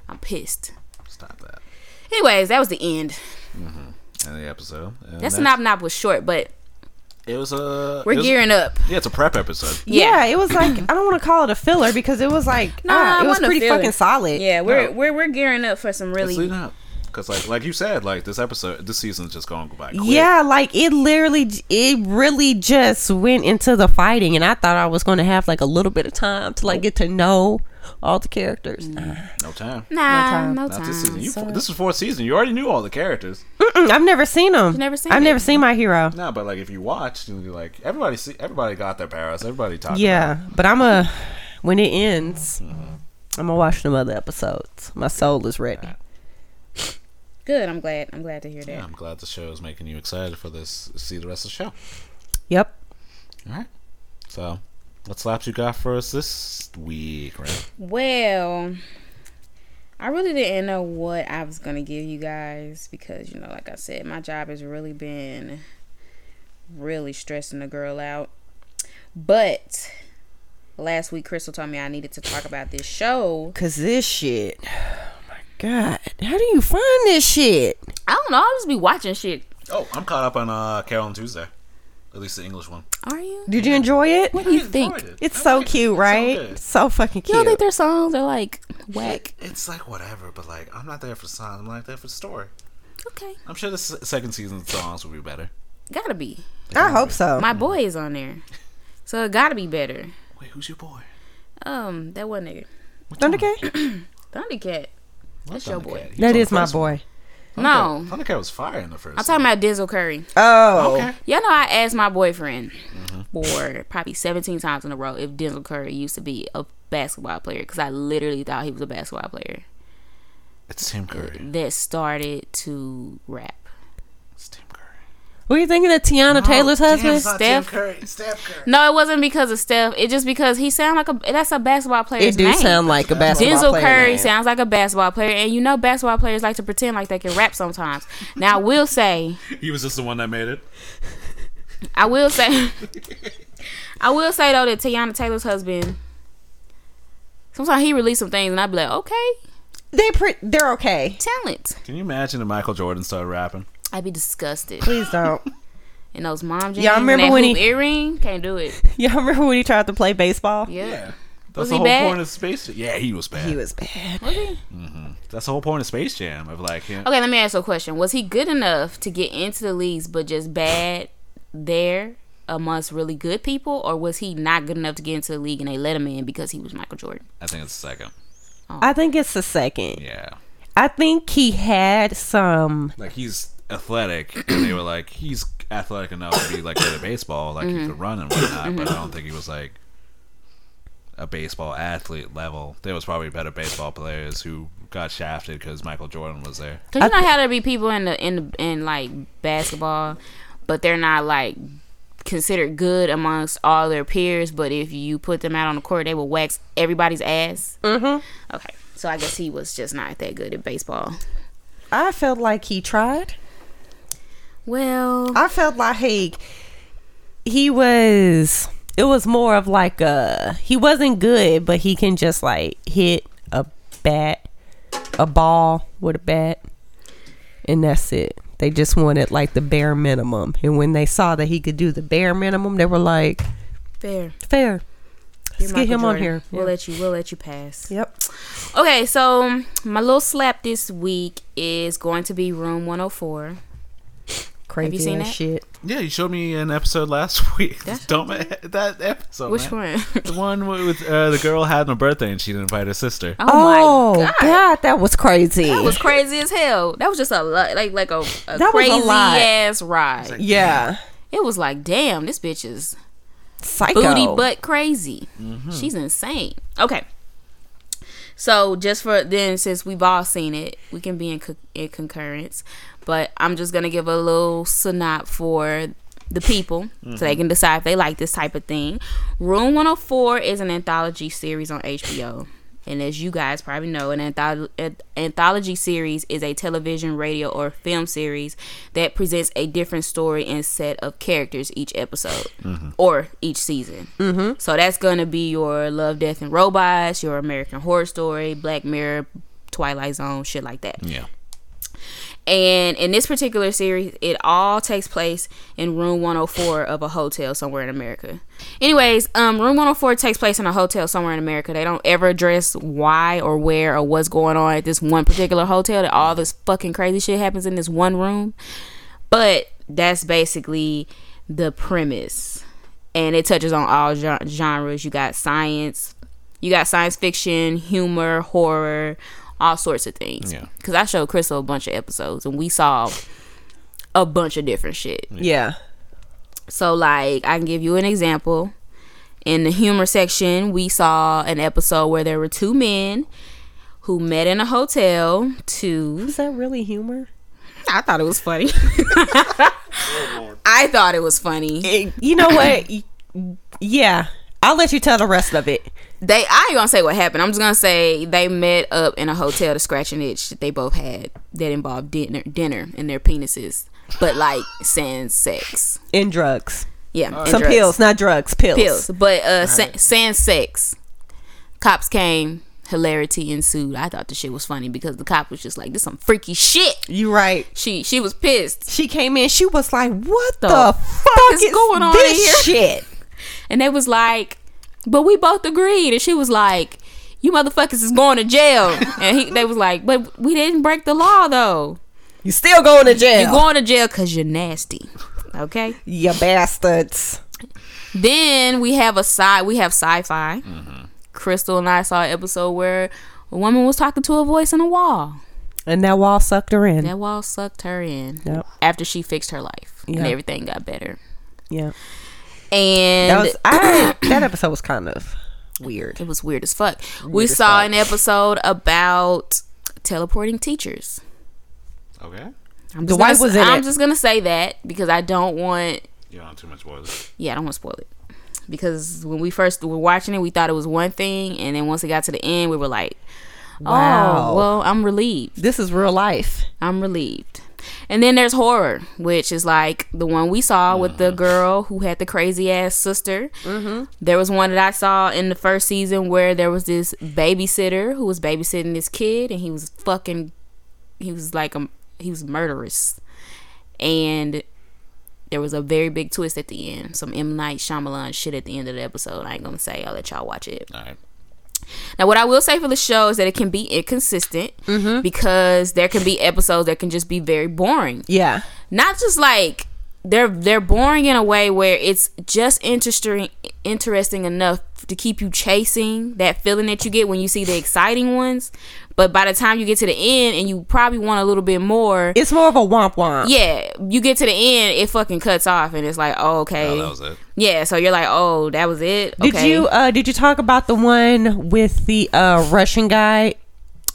Speaker 1: I'm pissed.
Speaker 2: Stop that.
Speaker 1: Anyways, that was the end.
Speaker 2: End of the episode. And
Speaker 1: That's knob knob was short, but
Speaker 2: It was a.
Speaker 1: we're
Speaker 2: it was-
Speaker 1: gearing up.
Speaker 2: Yeah, it's a prep episode.
Speaker 1: Yeah.
Speaker 3: Yeah. it was like I don't want to call it a filler because it was like
Speaker 1: No,
Speaker 3: ah,
Speaker 1: I
Speaker 3: it was
Speaker 1: wasn't a
Speaker 3: pretty
Speaker 1: filler.
Speaker 3: fucking solid.
Speaker 1: Yeah, we're
Speaker 2: No.
Speaker 1: we're we're gearing up for some
Speaker 2: It's
Speaker 1: really.
Speaker 2: leading up. Cause like like you said, like this episode, this season's just going by quick.
Speaker 3: Yeah, like it literally, j- it really just went into the fighting, and I thought I was going to have like a little bit of time to like get to know all the characters.
Speaker 1: Mm.
Speaker 2: No time.
Speaker 1: Nah, no
Speaker 2: Not this
Speaker 1: time.
Speaker 2: season. You, this is fourth season. You already knew all the characters.
Speaker 3: Mm-mm, I've never seen them.
Speaker 1: never seen
Speaker 3: I've
Speaker 1: it?
Speaker 3: never seen my hero.
Speaker 2: No, but like if you watch, you'll be like everybody. See, everybody got their powers. Everybody talked.
Speaker 3: Yeah, but I'm a when it ends, I'm gonna watch them other episodes. My soul is ready.
Speaker 1: Good. I'm glad. I'm glad to hear that.
Speaker 2: Yeah, I'm glad the show is making you excited for this. See the rest of the show.
Speaker 3: Yep.
Speaker 2: All right. So, what slaps you got for us this week, right?
Speaker 1: Well, I really didn't know what I was gonna give you guys because you know, like I said, my job has really been really stressing the girl out. But last week, Crystal told me I needed to talk about this show.
Speaker 3: Cause this shit, oh my god, how do you find this shit?
Speaker 1: I don't know. I'll just be watching shit.
Speaker 2: Oh, I'm caught up on uh, Carol on Tuesday. At least the English one.
Speaker 1: Are you?
Speaker 3: Did you enjoy it?
Speaker 1: What do you think?
Speaker 3: It's so cute, right?
Speaker 2: good.
Speaker 3: so fucking
Speaker 1: You don't
Speaker 3: cute.
Speaker 1: think their songs are like whack?
Speaker 2: It's like whatever, but like I'm not there for songs. I'm like there for the story.
Speaker 1: Okay,
Speaker 2: I'm sure the s- second season songs will be better.
Speaker 1: gotta be.
Speaker 3: I hope so.
Speaker 1: My boy is on there, so it gotta be better.
Speaker 2: Wait, who's your boy?
Speaker 1: Um, that one nigga,
Speaker 3: Thundercat?
Speaker 1: Thundercat.
Speaker 2: That's
Speaker 1: your boy.
Speaker 3: That is my boy.
Speaker 1: No,
Speaker 2: Thundercat was fire in the first.
Speaker 1: I'm talking about Denzel Curry.
Speaker 3: Oh,
Speaker 2: Okay.
Speaker 1: Y'all know I asked my boyfriend Mm-hmm. for probably 17 times in a row if Denzel Curry used to be a basketball player because I literally thought he was a basketball player
Speaker 2: It's Tim Curry.
Speaker 1: that started to rap.
Speaker 2: It's Tim Curry.
Speaker 3: were you thinking of
Speaker 1: Oh,
Speaker 3: Tiana Taylor's husband?
Speaker 2: Damn,
Speaker 1: Steph?
Speaker 2: Curry. It's Steph Curry.
Speaker 1: No, it wasn't because of Steph. It just because he sound like a that's a basketball player's
Speaker 3: It do
Speaker 1: name.
Speaker 3: sound like a basketball
Speaker 1: Denzel
Speaker 3: player.
Speaker 1: Curry
Speaker 3: name.
Speaker 1: sounds like a basketball player, and you know basketball players like to pretend like they can rap sometimes. Now I will say,
Speaker 2: He was just the one that made it.
Speaker 1: I will say, I will say though that Tiana Taylor's husband, sometimes he released some things, and I'd be like, okay,
Speaker 3: They pre- they're okay.
Speaker 1: talent.
Speaker 2: Can you imagine if Michael Jordan started rapping?
Speaker 1: I'd be disgusted.
Speaker 3: Please don't.
Speaker 1: And those mom jeans,
Speaker 3: Y'all remember
Speaker 1: and that
Speaker 3: when
Speaker 1: hoop
Speaker 3: he-
Speaker 1: earring? Can't do it.
Speaker 3: Y'all remember when he tried to play baseball?
Speaker 1: Yeah.
Speaker 2: That's
Speaker 1: Was
Speaker 2: the
Speaker 1: he
Speaker 2: whole
Speaker 1: bad?
Speaker 2: point of Space Jam. Yeah, he was bad.
Speaker 3: He was bad.
Speaker 1: Was he?
Speaker 2: That's the whole point of Space Jam. Of like, him.
Speaker 1: Okay, let me ask you a question. Was he good enough to get into the leagues, but just bad there amongst really good people, or was he not good enough to get into the league and they let him in because he was Michael Jordan?
Speaker 2: I think it's the second.
Speaker 3: I think it's the second.
Speaker 2: Yeah.
Speaker 3: I think he had some.
Speaker 2: Like, he's athletic, and they were like, he's athletic enough to be like good at baseball. Like,
Speaker 1: Mm-hmm.
Speaker 2: he could run and whatnot, but I don't think he was like a baseball athlete level. There was probably better baseball players who got shafted because Michael Jordan was there.
Speaker 1: Cause you know how there be people in the in the, in like basketball, but they're not like considered good amongst all their peers. But if you put them out on the court, they will wax everybody's ass. Mm-hmm. Okay, so I guess he was just not that good at baseball.
Speaker 3: I felt like he tried.
Speaker 1: Well,
Speaker 3: I felt like he he was. It was more of like a he wasn't good, but he can just like hit a bat, a ball with a bat, and that's it. They just wanted like the bare minimum. And when they saw that he could do the bare minimum, they were like,
Speaker 1: Fair.
Speaker 3: fair.
Speaker 1: You're
Speaker 3: Let's
Speaker 1: Michael
Speaker 3: get him on
Speaker 1: Jordan.
Speaker 3: here.
Speaker 1: We'll let you. We'll let you pass.
Speaker 3: Yep.
Speaker 1: Okay, so my little slap this week is going to be Room 104.
Speaker 3: Crazy
Speaker 1: you seen
Speaker 3: ass
Speaker 1: it?
Speaker 3: shit.
Speaker 2: Yeah, you showed me an episode last week.
Speaker 1: That's
Speaker 2: Don't ma- that episode.
Speaker 1: Which
Speaker 2: man.
Speaker 1: one?
Speaker 2: The one with uh, the girl had a birthday and she didn't invite her sister.
Speaker 1: Oh, my god.
Speaker 3: that was crazy.
Speaker 1: That was crazy as hell. That was just a lot, like like a, a
Speaker 3: That was a
Speaker 1: crazy
Speaker 3: lot.
Speaker 1: ass ride.
Speaker 3: yeah.
Speaker 1: it was like, damn, this bitch is
Speaker 3: Psycho. Mm-hmm.
Speaker 1: booty butt crazy. She's insane. Okay. So just for then, since we've all seen it, we can be in, co- in concurrence. But I'm just gonna give a little synop for the people, so
Speaker 3: Mm-hmm.
Speaker 1: they can decide if they like this type of thing. Room 104 is an anthology series on HBO. And as you guys probably know, an antholo- an anthology series is a television, radio, or film series that presents a different story and set of characters each episode or each season. Mm-hmm. So that's going to be your Love, Death, and Robots, your American Horror Story, Black Mirror, Twilight Zone, shit like that.
Speaker 2: Yeah.
Speaker 1: And in this particular series, it all takes place in room 104 of a hotel somewhere in America. Anyways, um, room 104 takes place in a hotel somewhere in America. They don't ever address why or where or what's going on at this one particular hotel. That all this fucking crazy shit happens in this one room. But that's basically the premise, and it touches on all gen- genres. You got science, you got science fiction, humor, horror, all sorts of things.
Speaker 2: Yeah.
Speaker 1: Because I showed Crystal a bunch of episodes, and we saw a bunch of different shit.
Speaker 3: Yeah.
Speaker 1: So, like, I can give you an example. In the humor section, we saw an episode where there were two men who met in a hotel to
Speaker 3: Is that really humor?
Speaker 1: I thought it was funny. I thought it was funny.
Speaker 3: you know what? Y- yeah. I'll let you tell the rest of it.
Speaker 1: They I ain't gonna say what happened. I'm just gonna say they met up in a hotel to scratch an itch that they both had that involved dinner dinner and their penises. But like sans sex.
Speaker 3: In drugs.
Speaker 1: Yeah. and
Speaker 3: Some
Speaker 1: drugs.
Speaker 3: pills, not drugs, pills.
Speaker 1: Pills. But uh sa- sans sex. Cops came, hilarity ensued. I thought the shit was funny because the cop was just like, This some freaky shit.
Speaker 3: You right.
Speaker 1: She she was pissed.
Speaker 3: She came in, she was like, What the,
Speaker 1: The
Speaker 3: fuck,
Speaker 1: is
Speaker 3: is,
Speaker 1: going on
Speaker 3: this
Speaker 1: in
Speaker 3: shit?
Speaker 1: And they was like, but we both agreed. And she was like, you motherfuckers is going to jail. And he, they was like, but we didn't break the law though.
Speaker 3: You still going to jail.
Speaker 1: You're going to jail because you're nasty. Okay.
Speaker 3: you bastards.
Speaker 1: Then we have a side. We have sci-fi.
Speaker 3: Mm-hmm.
Speaker 1: Crystal and I saw an episode where a woman was talking to a voice in a wall.
Speaker 3: And that wall sucked her in.
Speaker 1: That wall sucked her in.
Speaker 3: Yep.
Speaker 1: After she fixed her life and
Speaker 3: Yep.
Speaker 1: everything got better.
Speaker 3: Yeah.
Speaker 1: And
Speaker 3: That was I that episode was kind of weird.
Speaker 1: It was weird as fuck. we saw an episode about teleporting teachers.
Speaker 2: Okay.
Speaker 1: I'm just
Speaker 3: Dwight
Speaker 1: gonna,
Speaker 3: was in
Speaker 1: I'm
Speaker 3: it.
Speaker 1: just gonna say that because I don't want.
Speaker 2: You're on too much water.
Speaker 1: Yeah, I don't want to spoil it because when we first were watching it, we thought it was one thing, and then once it got to the end, we were like, "Wow,
Speaker 3: Wow.
Speaker 1: well, I'm relieved.
Speaker 3: This is real life.
Speaker 1: I'm relieved." And then there's horror, which is like the one we saw with the girl who had the crazy ass sister. Mm-hmm. There was one that I saw in the first season where there was this babysitter who was babysitting this kid, and he was fucking, he was like a, he was murderous, and there was a very big twist at the end. Some M Night Shyamalan shit at the end of the episode. I ain't gonna say. I'll let y'all watch it.
Speaker 2: All right.
Speaker 1: Now, what I will say for the show is that it can be inconsistent
Speaker 3: Mm-hmm.
Speaker 1: because there can be episodes that can just be very boring
Speaker 3: Yeah.
Speaker 1: not just like they're they're boring in a way where it's just interesting interesting enough to keep you chasing that feeling that you get when you see the exciting ones but by the time you get to the end and you probably want a little bit more
Speaker 3: It's more of a womp womp.
Speaker 1: yeah you get to the end it fucking cuts off and it's like oh, okay
Speaker 2: Oh, that was it.
Speaker 1: yeah so you're like oh that was it
Speaker 3: Did
Speaker 1: okay.
Speaker 3: you uh did you talk about the one with the uh Russian guy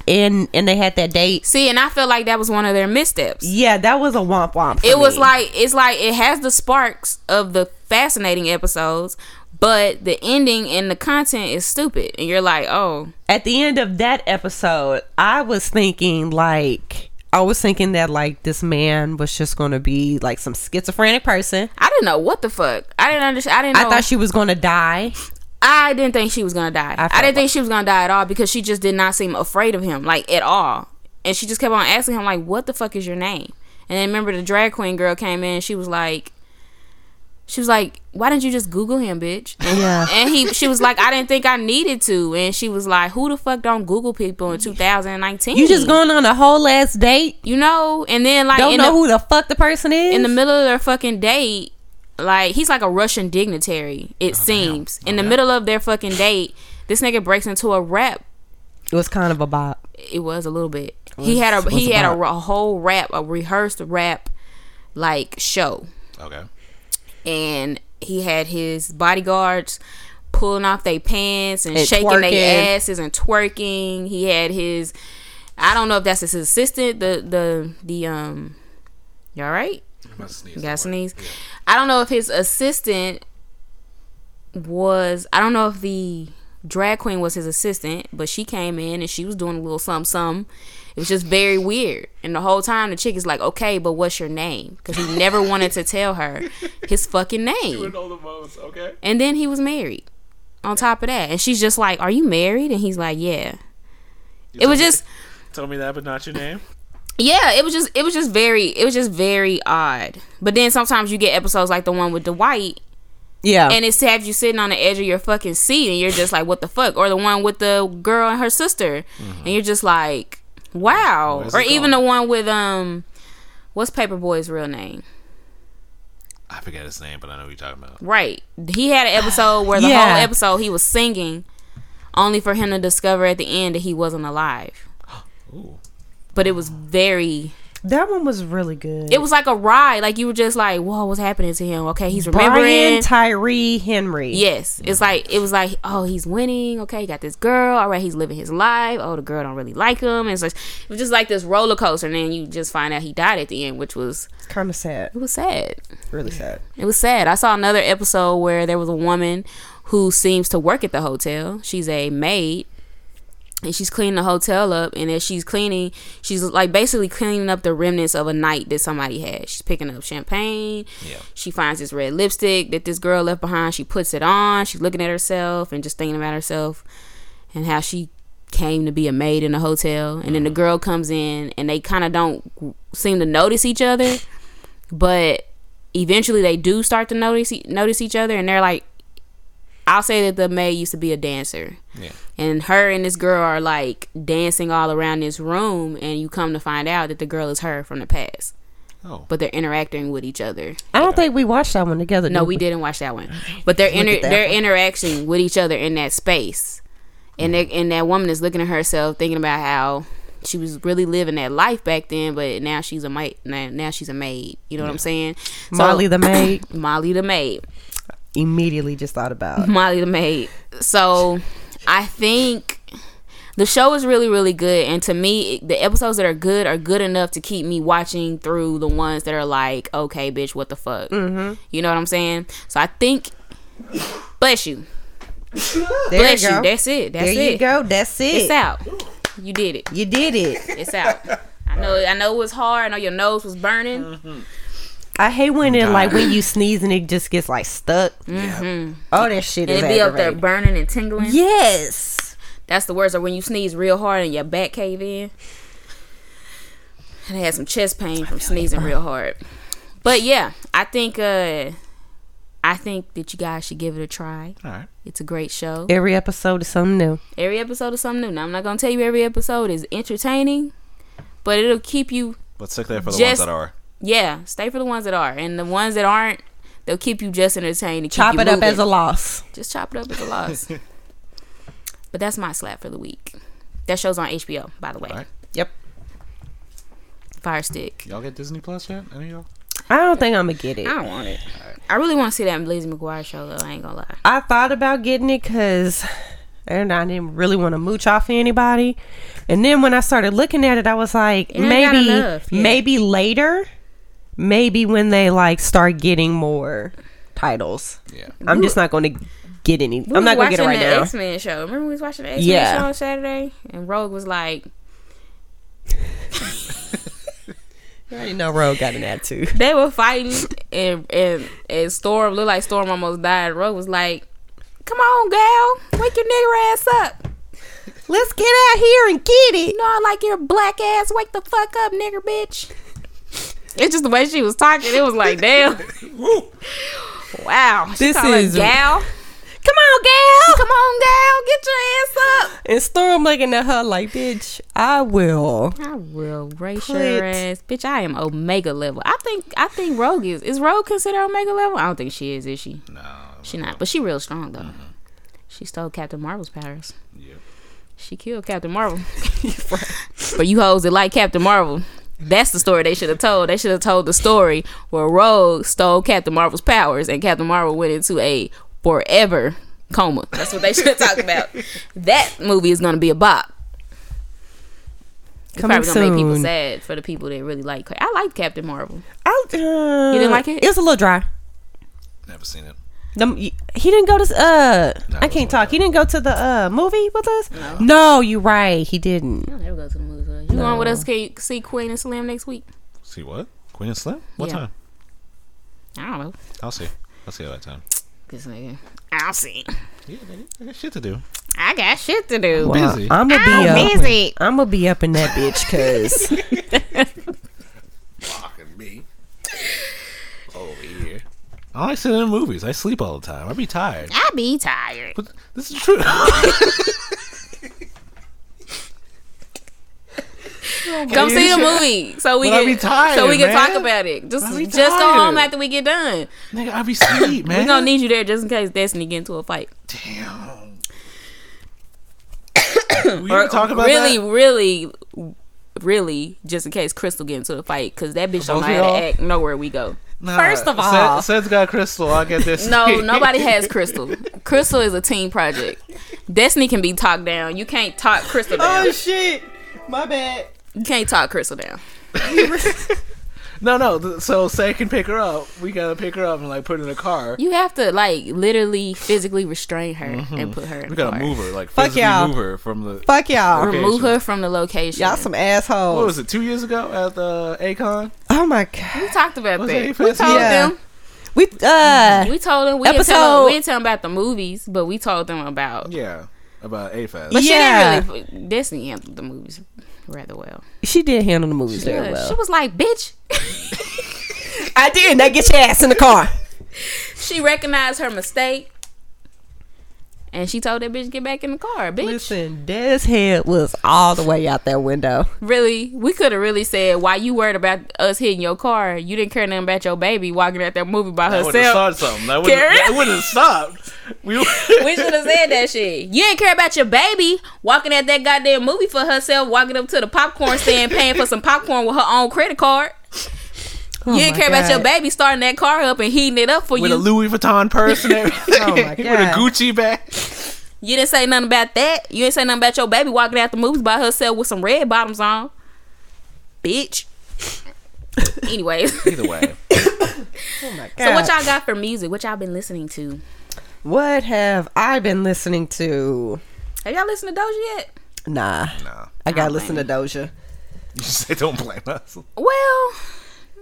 Speaker 3: and and they had that date?
Speaker 1: see and i feel like that was one of their missteps
Speaker 3: Yeah, that was a womp womp. for
Speaker 1: it was
Speaker 3: me.
Speaker 1: like it's like it has the sparks of the fascinating episodes but the ending and the content is stupid and you're like oh
Speaker 3: at the end of that episode, I was thinking like I was thinking that like this man was just gonna be like some schizophrenic person.
Speaker 1: i didn't know what the fuck i didn't understand i didn't
Speaker 3: I
Speaker 1: know I,
Speaker 3: thought she was gonna die.
Speaker 1: didn't think she was gonna die i,
Speaker 3: felt
Speaker 1: didn't think she was gonna die at all because she just did not seem afraid of him like at all and she just kept on asking him like what the fuck is your name And then remember the drag queen girl came in. She was like, she was like, why didn't you just Google him, bitch?
Speaker 3: Yeah.
Speaker 1: and he, she was like, I didn't think I needed to. And she was like, who the fuck don't Google people in 2019?
Speaker 3: You just going on a whole ass date.
Speaker 1: you know. And then like,
Speaker 3: Don't
Speaker 1: in
Speaker 3: know
Speaker 1: the-
Speaker 3: who the fuck the person is.
Speaker 1: in the middle of their fucking date, like he's like a Russian dignitary,
Speaker 3: Oh,
Speaker 1: it seems. in the middle of their fucking date, this nigga breaks into a rap.
Speaker 3: it was kind of a bop.
Speaker 1: It was a little bit. he had a
Speaker 3: what's
Speaker 1: he
Speaker 3: it
Speaker 1: had a,
Speaker 3: about?
Speaker 1: a whole rap, a rehearsed rap like show.
Speaker 2: Okay.
Speaker 1: And he had his bodyguards pulling off their pants and,
Speaker 3: And
Speaker 1: shaking
Speaker 3: twerking.
Speaker 1: their asses and twerking. He had his I don't know if that's his assistant, the the the um you all right? got sneeze. I don't know if his assistant was. I don't know if the drag queen was his assistant, but she came in and she was doing a little something, something. It was just very weird. And the whole time, the chick is like, "Okay, but what's your name?" Because he never wanted to tell her his fucking name.
Speaker 2: Okay.
Speaker 1: And then he was married. On top of that, and she's just like, "Are you married?" And he's like, "Yeah." It was just
Speaker 2: Tell me that, but not your name.
Speaker 1: yeah it was just it was just very it was just very odd but then sometimes you get episodes like the one with dwight
Speaker 3: Yeah.
Speaker 1: and it's to have you sitting on the edge of your fucking seat and you're just like what the fuck or the one with the girl and her sister and you're just like wow
Speaker 2: Where's
Speaker 1: or
Speaker 2: Mm-hmm. it
Speaker 1: even
Speaker 2: going?
Speaker 1: the one with um what's paperboy's real name
Speaker 2: I forget his name, but I know what you're talking about.
Speaker 1: right he had an episode where the
Speaker 3: Yeah.
Speaker 1: whole episode he was singing only for him to discover at the end that he wasn't alive
Speaker 2: Ooh.
Speaker 1: but it was very
Speaker 3: that one was really good.
Speaker 2: Mm.
Speaker 1: it was like a ride like you were just like whoa what's happening to him okay he's remembering
Speaker 3: Brian Tyree Henry.
Speaker 1: Yes, it's like it was like oh he's winning. Okay, he got this girl. All right, he's living his life. Oh, the girl don't really like him. And it's like it was just like this roller coaster, and then you just find out he died at the end, which was
Speaker 3: It's kind of sad.
Speaker 1: it was sad.
Speaker 3: Really sad.
Speaker 1: It was sad. I saw another episode where there was a woman who seems to work at the hotel. She's a maid. And she's cleaning the hotel up, and as she's cleaning, she's like basically cleaning up the remnants of a night that somebody had. She's picking up champagne.
Speaker 2: Yeah.
Speaker 1: She finds this red lipstick that this girl left behind. She puts it on. She's looking at herself and just thinking about herself and how she came to be a maid in a hotel. And then the girl comes in, and they kind of don't seem to notice each other, but eventually they do start to notice notice each other, and they're like, "I'll say that the maid used to be a dancer."
Speaker 2: Yeah.
Speaker 1: and her and this girl are like dancing all around this room and you come to find out that the girl is her from the past
Speaker 2: Oh.
Speaker 1: but they're interacting with each other
Speaker 3: I don't think we watched that one together.
Speaker 1: no
Speaker 3: did
Speaker 1: we didn't watch that one but they're inter-
Speaker 3: at that
Speaker 1: they're
Speaker 3: one.
Speaker 1: interacting with each other in that space and they and that woman is looking at herself thinking about how she was really living that life back then but now she's a maid now, now she's a maid you know what i'm saying so,
Speaker 3: Molly the maid
Speaker 1: molly the maid
Speaker 3: immediately just thought about.
Speaker 1: Molly the maid. So I think the show is really, really good. And to me, the episodes that are good are good enough to keep me watching through the ones that are like, okay, bitch, what the fuck? Mm-hmm. You know what I'm saying? So I think, bless you,
Speaker 3: There
Speaker 1: bless
Speaker 3: you
Speaker 1: you.
Speaker 3: go.
Speaker 1: That's it. That's
Speaker 3: there
Speaker 1: it.
Speaker 3: you go. That's it.
Speaker 1: It's out. You did it.
Speaker 3: You did it.
Speaker 1: It's out. I know. I know it was hard. I know your nose was burning.
Speaker 3: I hate when it
Speaker 2: God.
Speaker 3: like when you sneeze and it just gets like stuck. Oh, that shit
Speaker 1: Mm-hmm. And
Speaker 3: is
Speaker 1: it be up there
Speaker 3: aggravating.
Speaker 1: burning and tingling.
Speaker 3: Yes.
Speaker 1: That's the worst. Or when you sneeze real hard and your back cave in. And I had some chest pain from sneezing real hard. But yeah, I think uh I think that you guys should give it a try.
Speaker 2: All right.
Speaker 1: It's a great show.
Speaker 3: Every episode is something new.
Speaker 1: Every episode is something new. Now I'm not gonna tell you every episode is entertaining, but it'll keep you
Speaker 2: Let's stick there for the
Speaker 1: Just-
Speaker 2: ones that are.
Speaker 1: yeah, stay for the ones that are. And the ones that aren't, they'll keep you just entertained. and keep
Speaker 3: Chop
Speaker 1: you
Speaker 3: it up as
Speaker 1: moving.
Speaker 3: a loss.
Speaker 1: just chop it up as a loss. but that's my slap for the week. That show's on HBO, by the way.
Speaker 2: All right.
Speaker 3: Yep.
Speaker 1: Fire Stick.
Speaker 2: Y'all get Disney Plus yet? Any of y'all?
Speaker 3: I don't think I'm gonna get it.
Speaker 1: I don't want it. I really want to see that Lizzie McGuire show though. I ain't gonna lie.
Speaker 3: I thought about getting it because and I didn't really want to mooch off anybody. And then when I started looking at it, I was like,
Speaker 1: ain't got
Speaker 3: maybe,
Speaker 1: enough, yeah.
Speaker 3: maybe later, maybe when they like start getting more titles.
Speaker 2: Yeah.
Speaker 3: I'm just not going to get any.
Speaker 1: We was
Speaker 3: I'm not going to get it
Speaker 1: watching
Speaker 3: right
Speaker 1: the
Speaker 3: now.
Speaker 1: X Men show. Remember we was watching the X Men
Speaker 3: Yeah.
Speaker 1: show on Saturday, and Rogue was like,
Speaker 3: I already know Rogue got an attitude.
Speaker 1: they were fighting, and and and Storm looked like Storm almost died. Rogue was like, "Come on, gal, wake your nigger ass up.
Speaker 3: Let's get out here and get
Speaker 1: You
Speaker 3: it.
Speaker 1: know I like your black ass. Wake the fuck up, nigger bitch." It's just the way she was talking. It was like, damn. wow. She
Speaker 3: This
Speaker 1: this is
Speaker 3: is-
Speaker 1: gal.
Speaker 3: Come on, gal.
Speaker 1: Come on, gal. Get your ass up.
Speaker 3: And Storm looking at her like, bitch, I will.
Speaker 1: I will race
Speaker 3: Put-
Speaker 1: your ass, bitch. I am Omega level. I think. I think Rogue is. Is Rogue considered Omega level? I don't think she is. Is she?
Speaker 2: No.
Speaker 1: She not. But she real strong though. She stole Captain Marvel's powers.
Speaker 2: Yep.
Speaker 1: She killed Captain Marvel. For you hoes that like Captain Marvel, that's the story they should have told. They should have told the story where Rogue stole Captain Marvel's powers and Captain Marvel went into a forever coma. That's what they should have talked about. That movie is gonna be a bop. It's
Speaker 3: Coming
Speaker 1: probably gonna make people
Speaker 3: soon.
Speaker 1: sad for the people that really like. I like Captain Marvel.
Speaker 3: I'll, uh,
Speaker 1: You didn't like it?
Speaker 3: It was a little dry.
Speaker 2: Never seen it.
Speaker 3: The, he didn't go to uh
Speaker 2: No,
Speaker 3: I
Speaker 2: it wasn't
Speaker 3: can't talk. He didn't go to the uh movie with us. No, no you right. He didn't.
Speaker 1: I don't ever go to the movies. with us. You going with us? Can you see Queen and Slim next week?
Speaker 2: See what? Queen and Slim? What
Speaker 1: Yeah.
Speaker 2: time?
Speaker 1: I don't know.
Speaker 2: I'll see. I'll see you that time.
Speaker 1: This nigga. I'll see.
Speaker 2: Yeah, nigga. I got shit to do.
Speaker 1: I got shit to do.
Speaker 2: Busy.
Speaker 3: I'm gonna be
Speaker 1: I'm
Speaker 3: up.
Speaker 1: busy.
Speaker 3: I'm gonna be up in that bitch because
Speaker 2: Fucking me. Over here. I like sitting in movies. I sleep all the time. I be tired.
Speaker 1: I be tired.
Speaker 2: But this is true.
Speaker 1: Come see the movie so we
Speaker 2: But I
Speaker 1: can
Speaker 2: be tired,
Speaker 1: so we can
Speaker 2: man.
Speaker 1: talk about it. Just
Speaker 2: I be
Speaker 1: just go
Speaker 2: tired.
Speaker 1: home after we get done.
Speaker 2: Nigga, I be sleep, man.
Speaker 1: We gonna need you there just in case Destiny get into a fight.
Speaker 2: Damn. we were talking about
Speaker 1: really,
Speaker 2: that.
Speaker 1: really, really, just in case Crystal get into a fight because that bitch don't know
Speaker 2: Both of
Speaker 1: how
Speaker 2: y'all?
Speaker 1: to act nowhere we go.
Speaker 2: Nah,
Speaker 3: First of
Speaker 2: Seth-
Speaker 3: all-
Speaker 2: Seth's got crystal. I get this.
Speaker 1: No, nobody has Crystal. Crystal is a team project. Destiny can be talked down. You can't talk Crystal
Speaker 2: Oh.
Speaker 1: down.
Speaker 3: shit, my bad.
Speaker 1: You can't talk Crystal down.
Speaker 2: No, no. th- So Seth can pick her up. We gotta pick her up and like put her in a car.
Speaker 1: You have to like literally physically restrain her and put her in
Speaker 2: Mm-hmm. We
Speaker 1: a
Speaker 2: gotta
Speaker 1: car.
Speaker 2: move her, like
Speaker 3: Fuck
Speaker 2: physically
Speaker 3: y'all.
Speaker 2: move her from the.
Speaker 3: Fuck y'all.
Speaker 2: Okay.
Speaker 1: Remove her from the location.
Speaker 3: Y'all some
Speaker 2: What
Speaker 3: assholes.
Speaker 2: was it? Two years ago at the Acon.
Speaker 3: Oh my god.
Speaker 1: We talked about
Speaker 2: Was
Speaker 1: that.
Speaker 2: it
Speaker 1: We
Speaker 2: AFS?
Speaker 1: told
Speaker 3: Yeah.
Speaker 1: them.
Speaker 3: We uh
Speaker 1: We told them. We didn't tell them.
Speaker 3: Episode-
Speaker 1: We didn't tell them about the movies, but we told them about.
Speaker 2: Yeah, about AFAS.
Speaker 1: But
Speaker 3: Yeah.
Speaker 1: she didn't really. Disney handled the movies rather well.
Speaker 3: she did handle the movies very
Speaker 1: Yeah,
Speaker 3: well.
Speaker 1: She was like, "Bitch."
Speaker 3: I did. Now get your ass in the car.
Speaker 1: she recognized her mistake, and she told that bitch get back in the car, bitch.
Speaker 3: Listen, Des head was all the way out that window.
Speaker 1: Really, we could have really said why you worried about us hitting your car. You didn't care nothing about your baby walking out that movie by
Speaker 2: That would have
Speaker 1: herself.
Speaker 2: started something. That would have,
Speaker 1: Karen?
Speaker 2: that would have stopped. We
Speaker 1: We should have said that shit. You didn't care about your baby walking at that goddamn movie for herself, walking up to the popcorn stand, paying for some popcorn with her own credit card. you didn't
Speaker 3: Oh my
Speaker 1: care about your
Speaker 3: God.
Speaker 1: baby starting that car up and heating it up for
Speaker 2: with
Speaker 1: you.
Speaker 2: a Louis Vuitton purse and everything.
Speaker 3: Oh my
Speaker 2: With a
Speaker 3: God.
Speaker 2: Gucci bag.
Speaker 1: you didn't say nothing about that. You didn't say nothing about your baby walking out the movies by herself with some red bottoms on. Bitch. Anyways.
Speaker 2: Either way,
Speaker 1: So what y'all got for music? What y'all been listening to?
Speaker 3: What have I been listening to?
Speaker 1: Have y'all listened to Doja yet?
Speaker 3: Nah,
Speaker 2: no.
Speaker 3: I gotta listen to Doja.
Speaker 2: You say don't blame us.
Speaker 1: Well,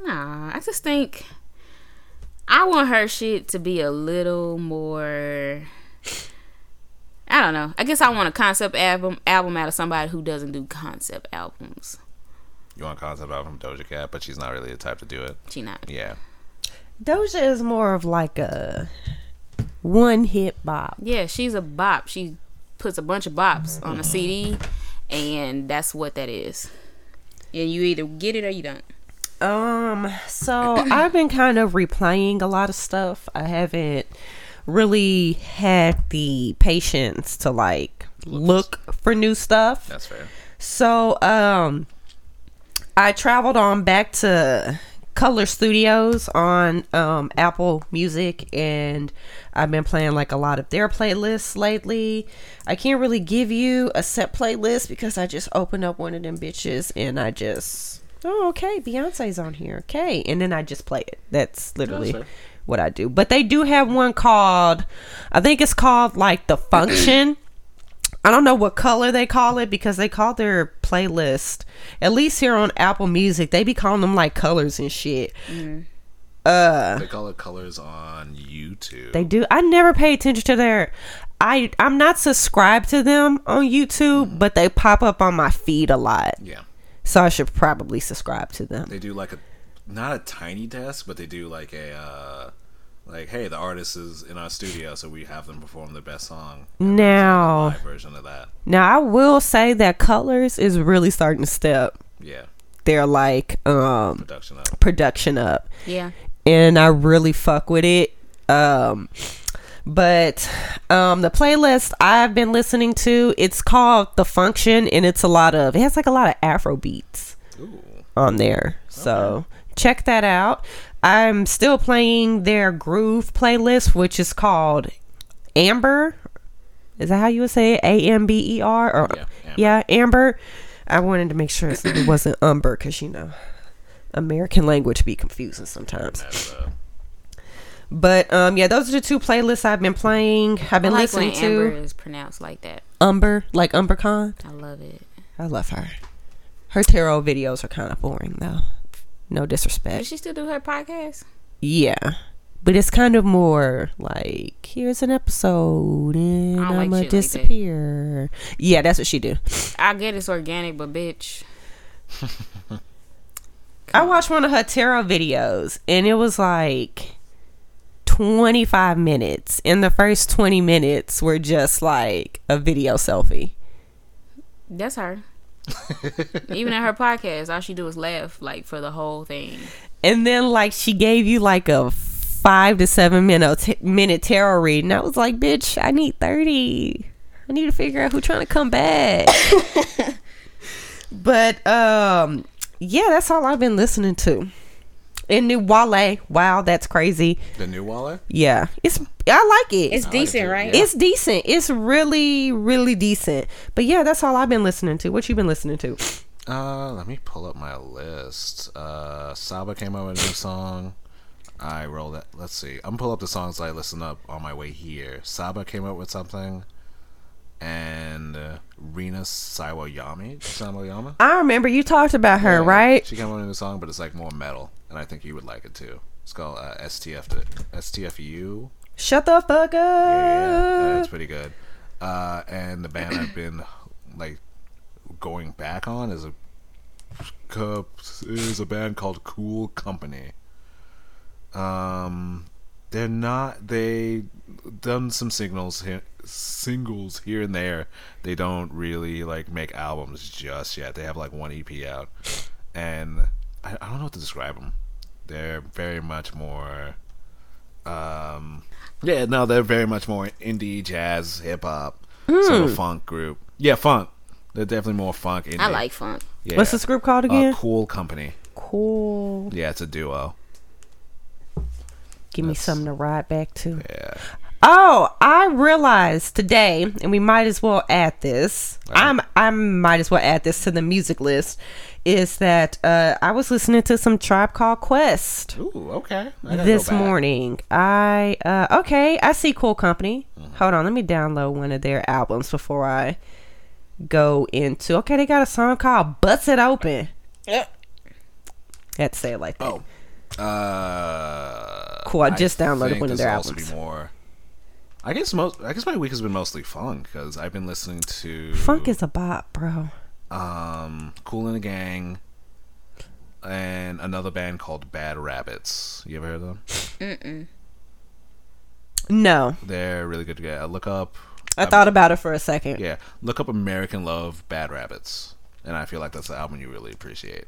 Speaker 1: nah. I just think I want her shit to be a little more. I don't know. I guess I want a concept album album out of somebody who doesn't do concept albums.
Speaker 2: You want a concept album from Doja Cat, but she's not really the type to do it.
Speaker 1: She not.
Speaker 2: Yeah.
Speaker 3: Doja is more of like a one hit bop.
Speaker 1: Yeah, she's a bop. She puts a bunch of bops
Speaker 3: Mm-hmm.
Speaker 1: on a CD, and that's what that is. And you either get it or you don't.
Speaker 3: Um, so I've been kind of replaying a lot of stuff. I haven't really had the patience to like look for new stuff.
Speaker 2: That's fair.
Speaker 3: So, um, I traveled on back to Color Studios on um, Apple Music, and I've been playing like a lot of their playlists lately. I can't really give you a set playlist because I just opened up one of them bitches and I just, oh, okay, Beyonce's on here, okay, and then I just play it. That's literally.
Speaker 2: fair.
Speaker 3: what I do, but they do have one called, I think it's called like the function. I don't know what color they call it because they call their playlist, at least here on Apple Music, they be calling them like colors and shit.
Speaker 2: They call it colors on YouTube.
Speaker 3: Uh. They do. I never pay attention to their. I I'm not subscribed to them on YouTube, but they pop up on my feed a lot,
Speaker 2: yeah.
Speaker 3: so I should probably subscribe to them.
Speaker 2: They do like a not a tiny desk, but they do like a uh, like hey, the artist is in our studio, so we have them perform their best song.
Speaker 3: Now,
Speaker 2: Live version of that.
Speaker 3: now I will say that Colors is really starting to step
Speaker 2: Yeah,
Speaker 3: their like um
Speaker 2: production of.
Speaker 3: production up.
Speaker 1: Yeah.
Speaker 3: and I really fuck with it. Um, but um, the playlist I've been listening to, it's called The Function, and it's a lot of it has like a lot of Afro beats
Speaker 2: Ooh,
Speaker 3: on there. So check that out. I'm still playing their groove playlist, which is called Amber. Is that how you would say it? A M B E R or
Speaker 2: Yeah, Amber.
Speaker 3: yeah, Amber. I wanted to make sure it wasn't Umber because you know American language be confusing sometimes.
Speaker 2: that's uh,
Speaker 3: But um, yeah, those are the two playlists I've been playing. I've
Speaker 1: I
Speaker 3: been
Speaker 1: like when
Speaker 3: listening to
Speaker 1: Amber
Speaker 3: Umber.
Speaker 1: is pronounced like that.
Speaker 3: like UmberCon.
Speaker 1: I love it.
Speaker 3: I love her. Her tarot videos are kind of boring though. No
Speaker 1: Does
Speaker 3: disrespect.
Speaker 1: she still do her podcast?
Speaker 3: Yeah, but it's kind of more like here's an episode and
Speaker 1: I don't like
Speaker 3: I'ma
Speaker 1: shit like that.
Speaker 3: disappear. yeah, that's what she do.
Speaker 1: I get it's organic, but bitch,
Speaker 3: I watched one of her tarot videos and it was like 25 minutes. And the first 20 minutes were just like a video selfie.
Speaker 1: that's her. Even in her podcast, all she do is laugh like for the whole thing.
Speaker 3: And then like she gave you like a 5 to 7 minute minute tarot read and I was like, "Bitch, I need 30. I need to figure out who trying to come back." but um yeah, that's all I've been listening to. And new Wale, wow, that's crazy.
Speaker 2: the new Waller.
Speaker 3: Yeah, it's I like it.
Speaker 1: It's decent, right?
Speaker 3: It's decent. It's really, really decent. But yeah, that's all I've been listening to. What you been listening to?
Speaker 2: Uh, let me pull up my list. Uh, Saba came out with a new song. I rolled it. Let's see. I'm gonna pull up the songs I listened up on my way here. Saba came out with something, and uh, Rina Sawayami. Sawayama.
Speaker 3: I remember you talked about her, right?
Speaker 2: She came out with a new song, but it's like more metal, and I think you would like it too. It's called uh, STF to, STFU.
Speaker 3: Shut the fuck up.
Speaker 2: Yeah, that's pretty good. Uh, and the band I've been like going back on is a is a band called Cool Company. Um, they're not they done some signals here, singles here and there. They don't really like make albums just yet. They have like one EP out, and I, I don't know what to describe them. They're very much more. Um, yeah, no, they're very much more indie, jazz, hip hop, sort of funk group. Yeah, funk. They're definitely more funk. Indie.
Speaker 1: Hmm. I like funk.
Speaker 2: Yeah.
Speaker 3: What's this group called
Speaker 2: Uh,
Speaker 3: again?
Speaker 2: cool Company.
Speaker 3: cool.
Speaker 2: Yeah, it's a duo.
Speaker 3: Give me something to ride back to.
Speaker 2: Yeah.
Speaker 3: Oh, I realized today, and we might as well add this. I'm I might as well add this to the music list. Is that uh, I was listening to some Tribe Called Quest.
Speaker 2: Ooh, okay. I gotta go
Speaker 3: this
Speaker 2: back.
Speaker 3: morning. I uh okay, I see Cool Company.
Speaker 2: Mm-hmm.
Speaker 3: Hold on, let me download one of their albums before I go into okay, they got a song called Bust It Open. I had to say it like that.
Speaker 2: Oh. Uh,
Speaker 3: Cool, I just downloaded
Speaker 2: think
Speaker 3: one of
Speaker 2: this
Speaker 3: their
Speaker 2: will also be
Speaker 3: albums.
Speaker 2: more. I guess most. I guess my week has been mostly funk because I've been listening to
Speaker 3: Funk is a bop, bro.
Speaker 2: um Cool in the Gang and another band called Bad Rabbits. You ever heard of them?
Speaker 3: No.
Speaker 2: They're really good to get. uh, Look up.
Speaker 3: I thought about it for a second.
Speaker 2: Yeah, look up American Love Bad Rabbits, and I feel like that's the album you really appreciate.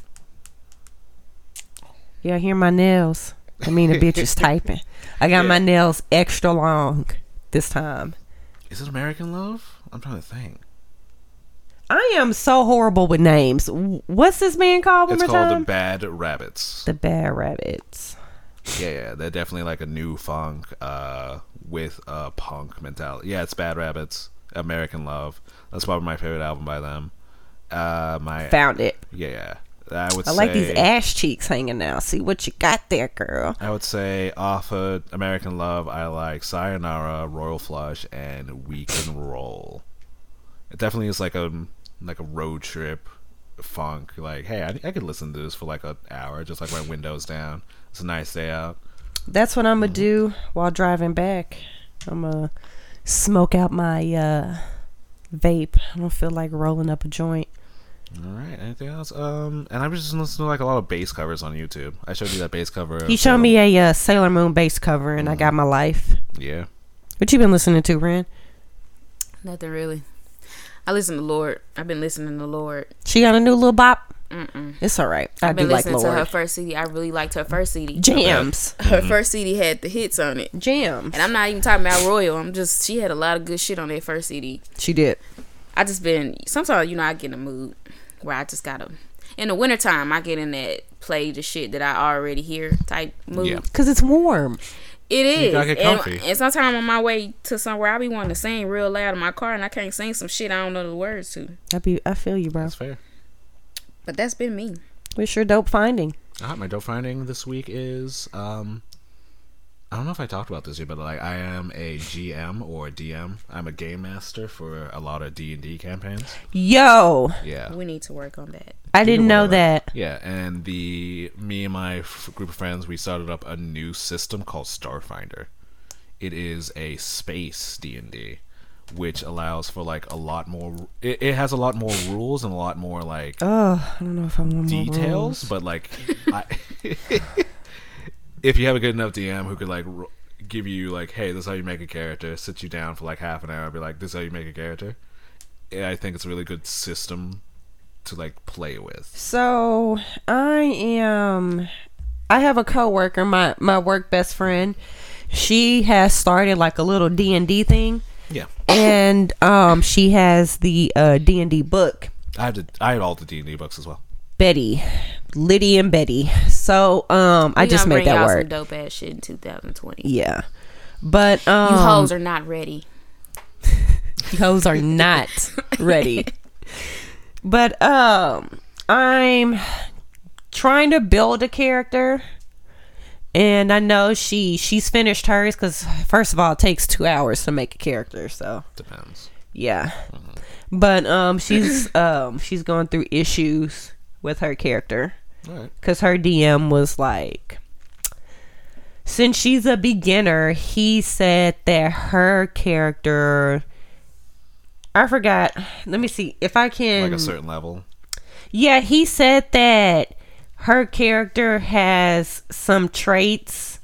Speaker 3: Yeah, I hear my nails. I mean the bitch is typing. I got my nails extra long this time.
Speaker 2: Is it American Love? I'm trying to think.
Speaker 3: I am so horrible with names. W- What's this man called one
Speaker 2: it's
Speaker 3: more
Speaker 2: called
Speaker 3: time?
Speaker 2: the Bad Rabbits.
Speaker 3: the Bad Rabbits.
Speaker 2: Yeah, yeah, they're definitely like a new funk uh, with a punk mentality. Yeah, it's Bad Rabbits, American Love. That's probably my favorite album by them. Uh, my
Speaker 3: Found it.
Speaker 2: yeah, yeah. I would.
Speaker 3: I like these
Speaker 2: say-
Speaker 3: ash cheeks hanging out. See what you got there, girl.
Speaker 2: I would say off of American Love, I like Sayonara, Royal Flush, and We Can Roll. It definitely is like a like a road trip funk. Like, hey, I, I could listen to this for like an hour, just like my windows down. It's a nice day out.
Speaker 3: That's what
Speaker 2: Mm-hmm.
Speaker 3: I'm gonna do while driving back. I'm gonna smoke out my uh, vape. I don't feel like rolling up a joint.
Speaker 2: All right. Anything else? Um, and I've just been listening to like a lot of bass covers on YouTube. I showed you that bass cover.
Speaker 3: You
Speaker 2: of,
Speaker 3: showed
Speaker 2: um,
Speaker 3: me a uh, Sailor Moon bass cover, and I got my life.
Speaker 2: Yeah.
Speaker 3: Oh. What you been listening to, Ren?
Speaker 1: Nothing really. I listen to Lord. I've been listening to Lord.
Speaker 3: She got a new little bop.
Speaker 1: Mm-mm.
Speaker 3: It's all right. I
Speaker 1: I've
Speaker 3: do
Speaker 1: been
Speaker 3: like
Speaker 1: listening to her
Speaker 3: Lord.
Speaker 1: first CD. I really liked her first CD.
Speaker 3: Jams,
Speaker 1: Her
Speaker 2: Mm-hmm.
Speaker 1: first CD had the hits on it.
Speaker 3: jams.
Speaker 1: And I'm not even talking about Royal. I'm just she had a lot of good shit on that first CD.
Speaker 3: She did.
Speaker 1: I just been sometimes you know I get in a mood where I just gotta in the wintertime I get in that play the shit that I already hear type mood.
Speaker 2: Yeah.
Speaker 3: Cause it's warm.
Speaker 1: It is.
Speaker 2: gotta get
Speaker 1: and,
Speaker 2: comfy.
Speaker 1: and sometimes on my way to somewhere I be wanting to sing real loud in my car and I can't sing some shit I don't know the words to.
Speaker 3: I be. I feel you, bro.
Speaker 2: That's fair.
Speaker 1: But that's been me.
Speaker 3: It's your dope finding.
Speaker 2: All right, my dope finding this week is um, I don't know if I talked about this yet, but like I am a GM or DM. I'm a game master for a lot of D and D campaigns.
Speaker 3: Yo,
Speaker 2: Yeah.
Speaker 1: We need to work on that.
Speaker 3: I didn't know that.
Speaker 2: Yeah, and the me and my f- group of friends we started up a new system called Starfinder. It is a space D and D, which allows for like a lot more. It, it has a lot more rules and a lot more like
Speaker 3: Oh, I don't know if I want more
Speaker 2: details,
Speaker 3: rules.
Speaker 2: but like, I, if you have a good enough DM who could like ro- give you like, hey, this is how you make a character, sit you down for like half an hour, and be like, this is how you make a character. Yeah, I think it's a really good system to like play with.
Speaker 3: So I am. I have a coworker, my my work best friend. She has started like a little D and D thing,
Speaker 2: Yeah,
Speaker 3: and um, she has the uh, D and D book.
Speaker 2: I have to. I have all the D and D books as well.
Speaker 3: Betty, Liddy and Betty. So um, I
Speaker 1: We
Speaker 3: just
Speaker 1: gonna
Speaker 3: made
Speaker 1: bring
Speaker 3: that
Speaker 1: y'all
Speaker 3: work.
Speaker 1: some dope ass shit in 2020.
Speaker 3: Yeah, but um,
Speaker 1: You hoes are not ready.
Speaker 3: those are not ready. But um I'm trying to build a character and I know she she's finished hers cuz first of all it takes 2 hours to make a character, so
Speaker 2: Depends.
Speaker 3: yeah. But um she's um she's going through issues with her character
Speaker 2: All right.
Speaker 3: because her DM was like, since she's a beginner, he said that her character. I forgot. Let me see if I can.
Speaker 2: Like a certain level.
Speaker 3: yeah, he said that her character has some traits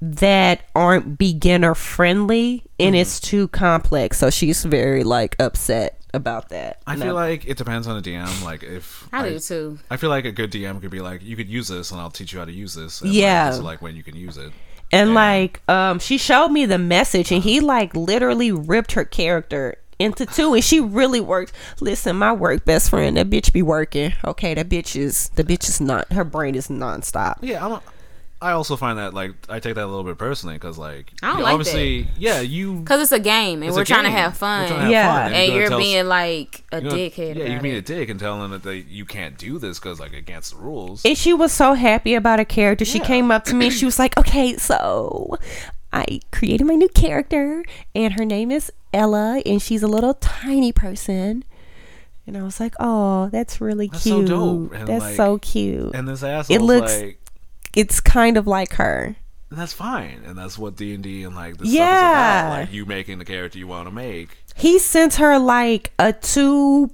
Speaker 3: that aren't beginner friendly and it's
Speaker 2: Mm-hmm.
Speaker 3: too complex. So she's very like upset about that.
Speaker 2: I
Speaker 3: And
Speaker 2: feel like it depends on the DM. Like if
Speaker 1: I do too.
Speaker 2: I feel like a good DM could be like, you could use this, and I'll teach you how to use this. And
Speaker 3: Yeah.
Speaker 2: like, this is, like when you can use it.
Speaker 3: and like um she showed me the message and
Speaker 2: Uh-huh.
Speaker 3: he like literally ripped her character into two and she really worked listen my work best friend that bitch be working okay that bitch is the bitch is not her brain is nonstop
Speaker 2: Yeah, I'm. A, I also find that like I take that a little bit personally because like
Speaker 1: I don't
Speaker 2: you
Speaker 1: like
Speaker 2: obviously yeah you
Speaker 1: Cause it's a game and
Speaker 2: it's a
Speaker 1: we're trying to
Speaker 2: game.
Speaker 1: have fun.
Speaker 2: We're trying to have
Speaker 3: Yeah.
Speaker 1: and
Speaker 2: fun, gonna
Speaker 1: you're
Speaker 2: tell s-
Speaker 1: being like a
Speaker 2: you're gonna-
Speaker 1: dickhead.
Speaker 2: Yeah,
Speaker 1: about
Speaker 2: you're being
Speaker 1: it.
Speaker 2: a dick and telling them that they, you can't do this because like against the rules.
Speaker 3: and she was so happy about her character she
Speaker 2: Yeah.
Speaker 3: came up to me and she was like okay so i created my new character and her name is ella and she's a little tiny person and i was like oh that's really
Speaker 2: That's so
Speaker 3: cute
Speaker 2: dope. And,
Speaker 3: that's
Speaker 2: like-
Speaker 3: so cute
Speaker 2: and this asshole
Speaker 3: looks-
Speaker 2: like
Speaker 3: it's kind of like her
Speaker 2: that's fine, and that's what D and D and like this stuff is
Speaker 3: Yeah.
Speaker 2: about. Like you making the character you want to make.
Speaker 3: he sent her like a two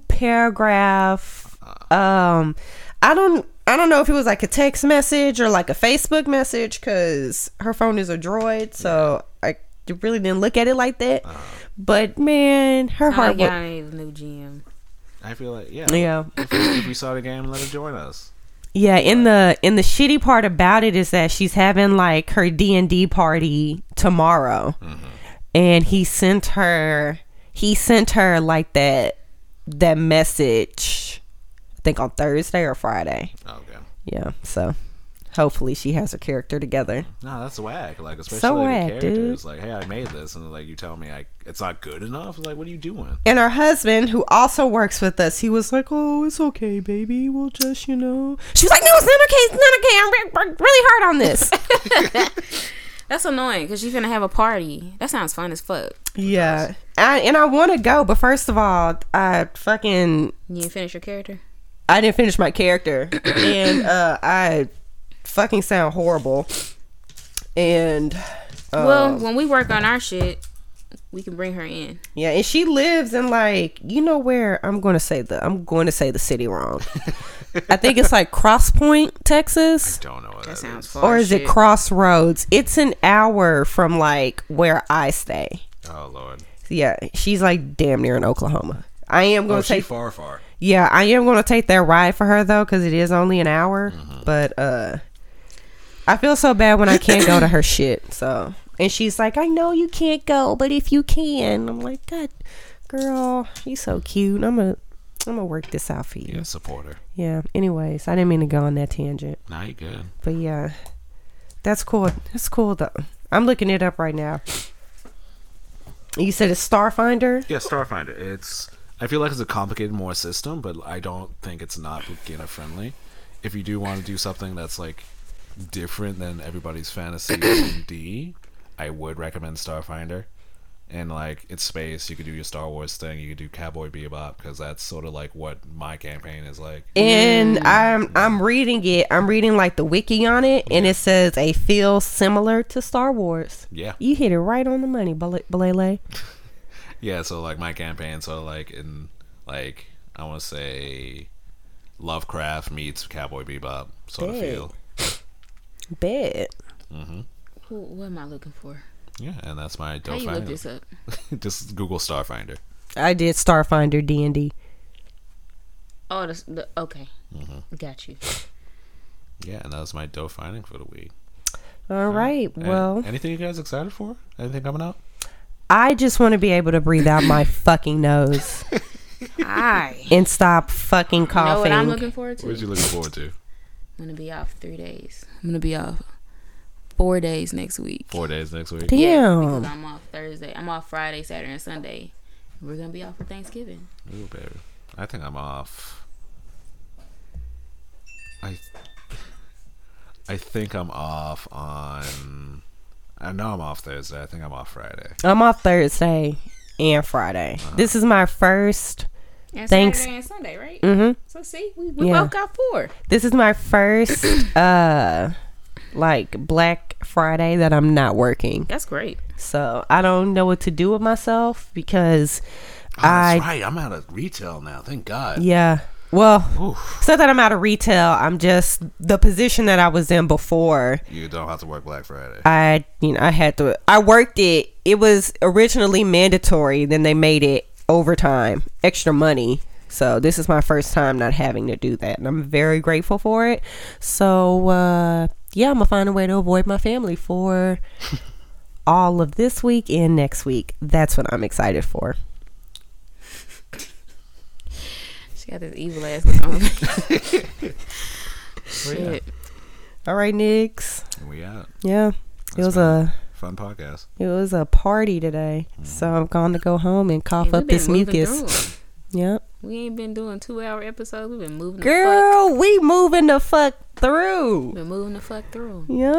Speaker 3: paragraph um i don't i don't know if it was like a text message or like a facebook message because her phone is a droid so i really didn't look at it like that but man her
Speaker 1: I
Speaker 3: heart
Speaker 1: think y'all need
Speaker 3: was
Speaker 1: a new GM.
Speaker 2: I feel like yeah,
Speaker 3: yeah
Speaker 2: If, if we saw the game, let her join us.
Speaker 3: yeah in the in the shitty part about it is that she's having like her d&d party tomorrow and he sent her he sent her like that that message i think on thursday or friday
Speaker 2: Okay.
Speaker 3: yeah so hopefully she has her character together
Speaker 2: No, that's whack. Like especially
Speaker 3: So
Speaker 2: like,
Speaker 3: whack,
Speaker 2: a character
Speaker 3: dude.
Speaker 2: is like, hey, I made this, and like you tell me like it's not good enough. Like, what are you doing?
Speaker 3: and her husband who also works with us he was like oh it's okay baby we'll just you know she's like no it's not okay it's not okay i'm re- re- really hard on this
Speaker 1: That's annoying because you're gonna have a party. That sounds fun as fuck.
Speaker 3: yeah I, and i want to go but first of all i fucking
Speaker 1: You didn't finish your character.
Speaker 3: I didn't finish my character, and uh, I fucking sound horrible. And uh,
Speaker 1: well, when we work on our shit, we can bring her in.
Speaker 3: Yeah, and she lives in like you know where I'm going to say the I'm going to say the city wrong. I think it's like Cross Point, Texas,
Speaker 2: Don't know what that,
Speaker 1: That sounds
Speaker 2: is.
Speaker 1: fun.
Speaker 3: or is it Crossroads? It's an hour from like where I stay.
Speaker 2: Oh lord.
Speaker 3: Yeah, she's like damn near in Oklahoma. I am
Speaker 2: Oh,
Speaker 3: going to
Speaker 2: she
Speaker 3: take
Speaker 2: far far.
Speaker 3: yeah, I am going to take that ride for her though cuz it is only an hour, but uh I feel so bad when I can't go to her shit. So, and she's like, "I know you can't go, but if you can." I'm like, "God, girl, you so cute. I'm a I'm gonna work this out for you."
Speaker 2: Yeah, support her.
Speaker 3: Yeah. Anyways, I didn't mean to go on that tangent,
Speaker 2: Now you good.
Speaker 3: but yeah, that's cool. That's cool though. I'm looking it up right now. You said it's Starfinder.
Speaker 2: Yeah, Starfinder. It's I feel like it's a complicated more system, but I don't think it's not beginner friendly. If you do want to do something that's like different than everybody's fantasy D, I would recommend Starfinder. And like it's space, you could do your Star Wars thing, you could do Cowboy Bebop because that's sort of like what my campaign is like.
Speaker 3: And I'm I'm reading it. I'm reading like the wiki on it, and it says a feel similar to Star Wars.
Speaker 2: Yeah,
Speaker 3: You hit it right on the money, Bale- Balele.
Speaker 2: yeah. So like my campaign, sort of like in like I want to say Lovecraft meets Cowboy Bebop sort of
Speaker 3: Dang.
Speaker 2: feel.
Speaker 3: Bet.
Speaker 1: Who, what am I looking for?
Speaker 2: Yeah, and that's my.
Speaker 1: How you look
Speaker 2: Starfinder.
Speaker 1: this up?
Speaker 2: just Google Starfinder.
Speaker 3: I did Starfinder D and D.
Speaker 1: Oh, the, the okay,
Speaker 2: Mm-hmm.
Speaker 1: got you.
Speaker 2: Yeah, and that was my dough finding for the week.
Speaker 3: All right.
Speaker 2: And
Speaker 3: Well,
Speaker 2: anything you guys excited for? Anything coming out?
Speaker 3: I just want to be able to breathe out my fucking nose
Speaker 1: I
Speaker 3: and stop fucking
Speaker 1: know
Speaker 3: coughing.
Speaker 1: what I'm looking forward to.
Speaker 2: What are you looking forward to?
Speaker 1: I'm gonna be off three days. I'm gonna be off four days next week.
Speaker 2: Four days next week.
Speaker 1: Because
Speaker 3: Damn.
Speaker 1: I'm off Thursday. I'm off Friday, Saturday, and Sunday. We're gonna be off for Thanksgiving.
Speaker 2: Ooh, baby. I think I'm off. I I think I'm off on. I know I'm off Thursday. I think I'm off Friday.
Speaker 3: I'm off Thursday and Friday. This is my first.
Speaker 1: And
Speaker 3: Thanks.
Speaker 1: Saturday and Sunday, right?
Speaker 3: Mhm.
Speaker 1: So see, we, we
Speaker 3: Yeah.
Speaker 1: both got four.
Speaker 3: This is my first. uh Like Black Friday that I'm not working,
Speaker 1: That's great.
Speaker 3: so I don't know what to do with myself because
Speaker 2: Oh,
Speaker 3: I
Speaker 2: that's right. I'm out of retail now. Thank God.
Speaker 3: yeah. Well,
Speaker 2: Oof.
Speaker 3: it's not that I'm out of retail. I'm just the position that I was in before.
Speaker 2: You don't have to work Black Friday.
Speaker 3: I you know I had to I worked it. It was originally mandatory, then they made it overtime, extra money. So this is my first time not having to do that, and I'm very grateful for it. So uh, yeah, I'm gonna find a way to avoid my family for all of this week and next week. That's what I'm excited for.
Speaker 1: She got this evil ass look on. Shit.
Speaker 3: All right, Nix.
Speaker 2: We out.
Speaker 3: Yeah, it
Speaker 2: That's
Speaker 3: was
Speaker 2: bad.
Speaker 3: a
Speaker 2: Fun podcast.
Speaker 3: it was a party today, so I'm going to go home and
Speaker 1: Hey,
Speaker 3: cough
Speaker 1: we
Speaker 3: up this
Speaker 1: been moving
Speaker 3: mucus.
Speaker 1: through 'em.
Speaker 3: Yep.
Speaker 1: We ain't been doing two hour episodes. We've been moving the fuck.
Speaker 3: Girl, we moving the fuck through.
Speaker 1: Been moving the fuck through. 'em.
Speaker 3: Yep.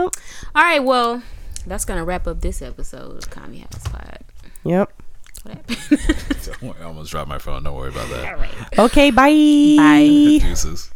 Speaker 1: All right, well, that's gonna wrap up this episode of Commie House Pod.
Speaker 3: Yep.
Speaker 1: What happened?
Speaker 2: Don't worry, I almost dropped my phone. Don't worry about that.
Speaker 1: All right.
Speaker 3: Okay, bye.
Speaker 1: Bye.
Speaker 2: Deuces.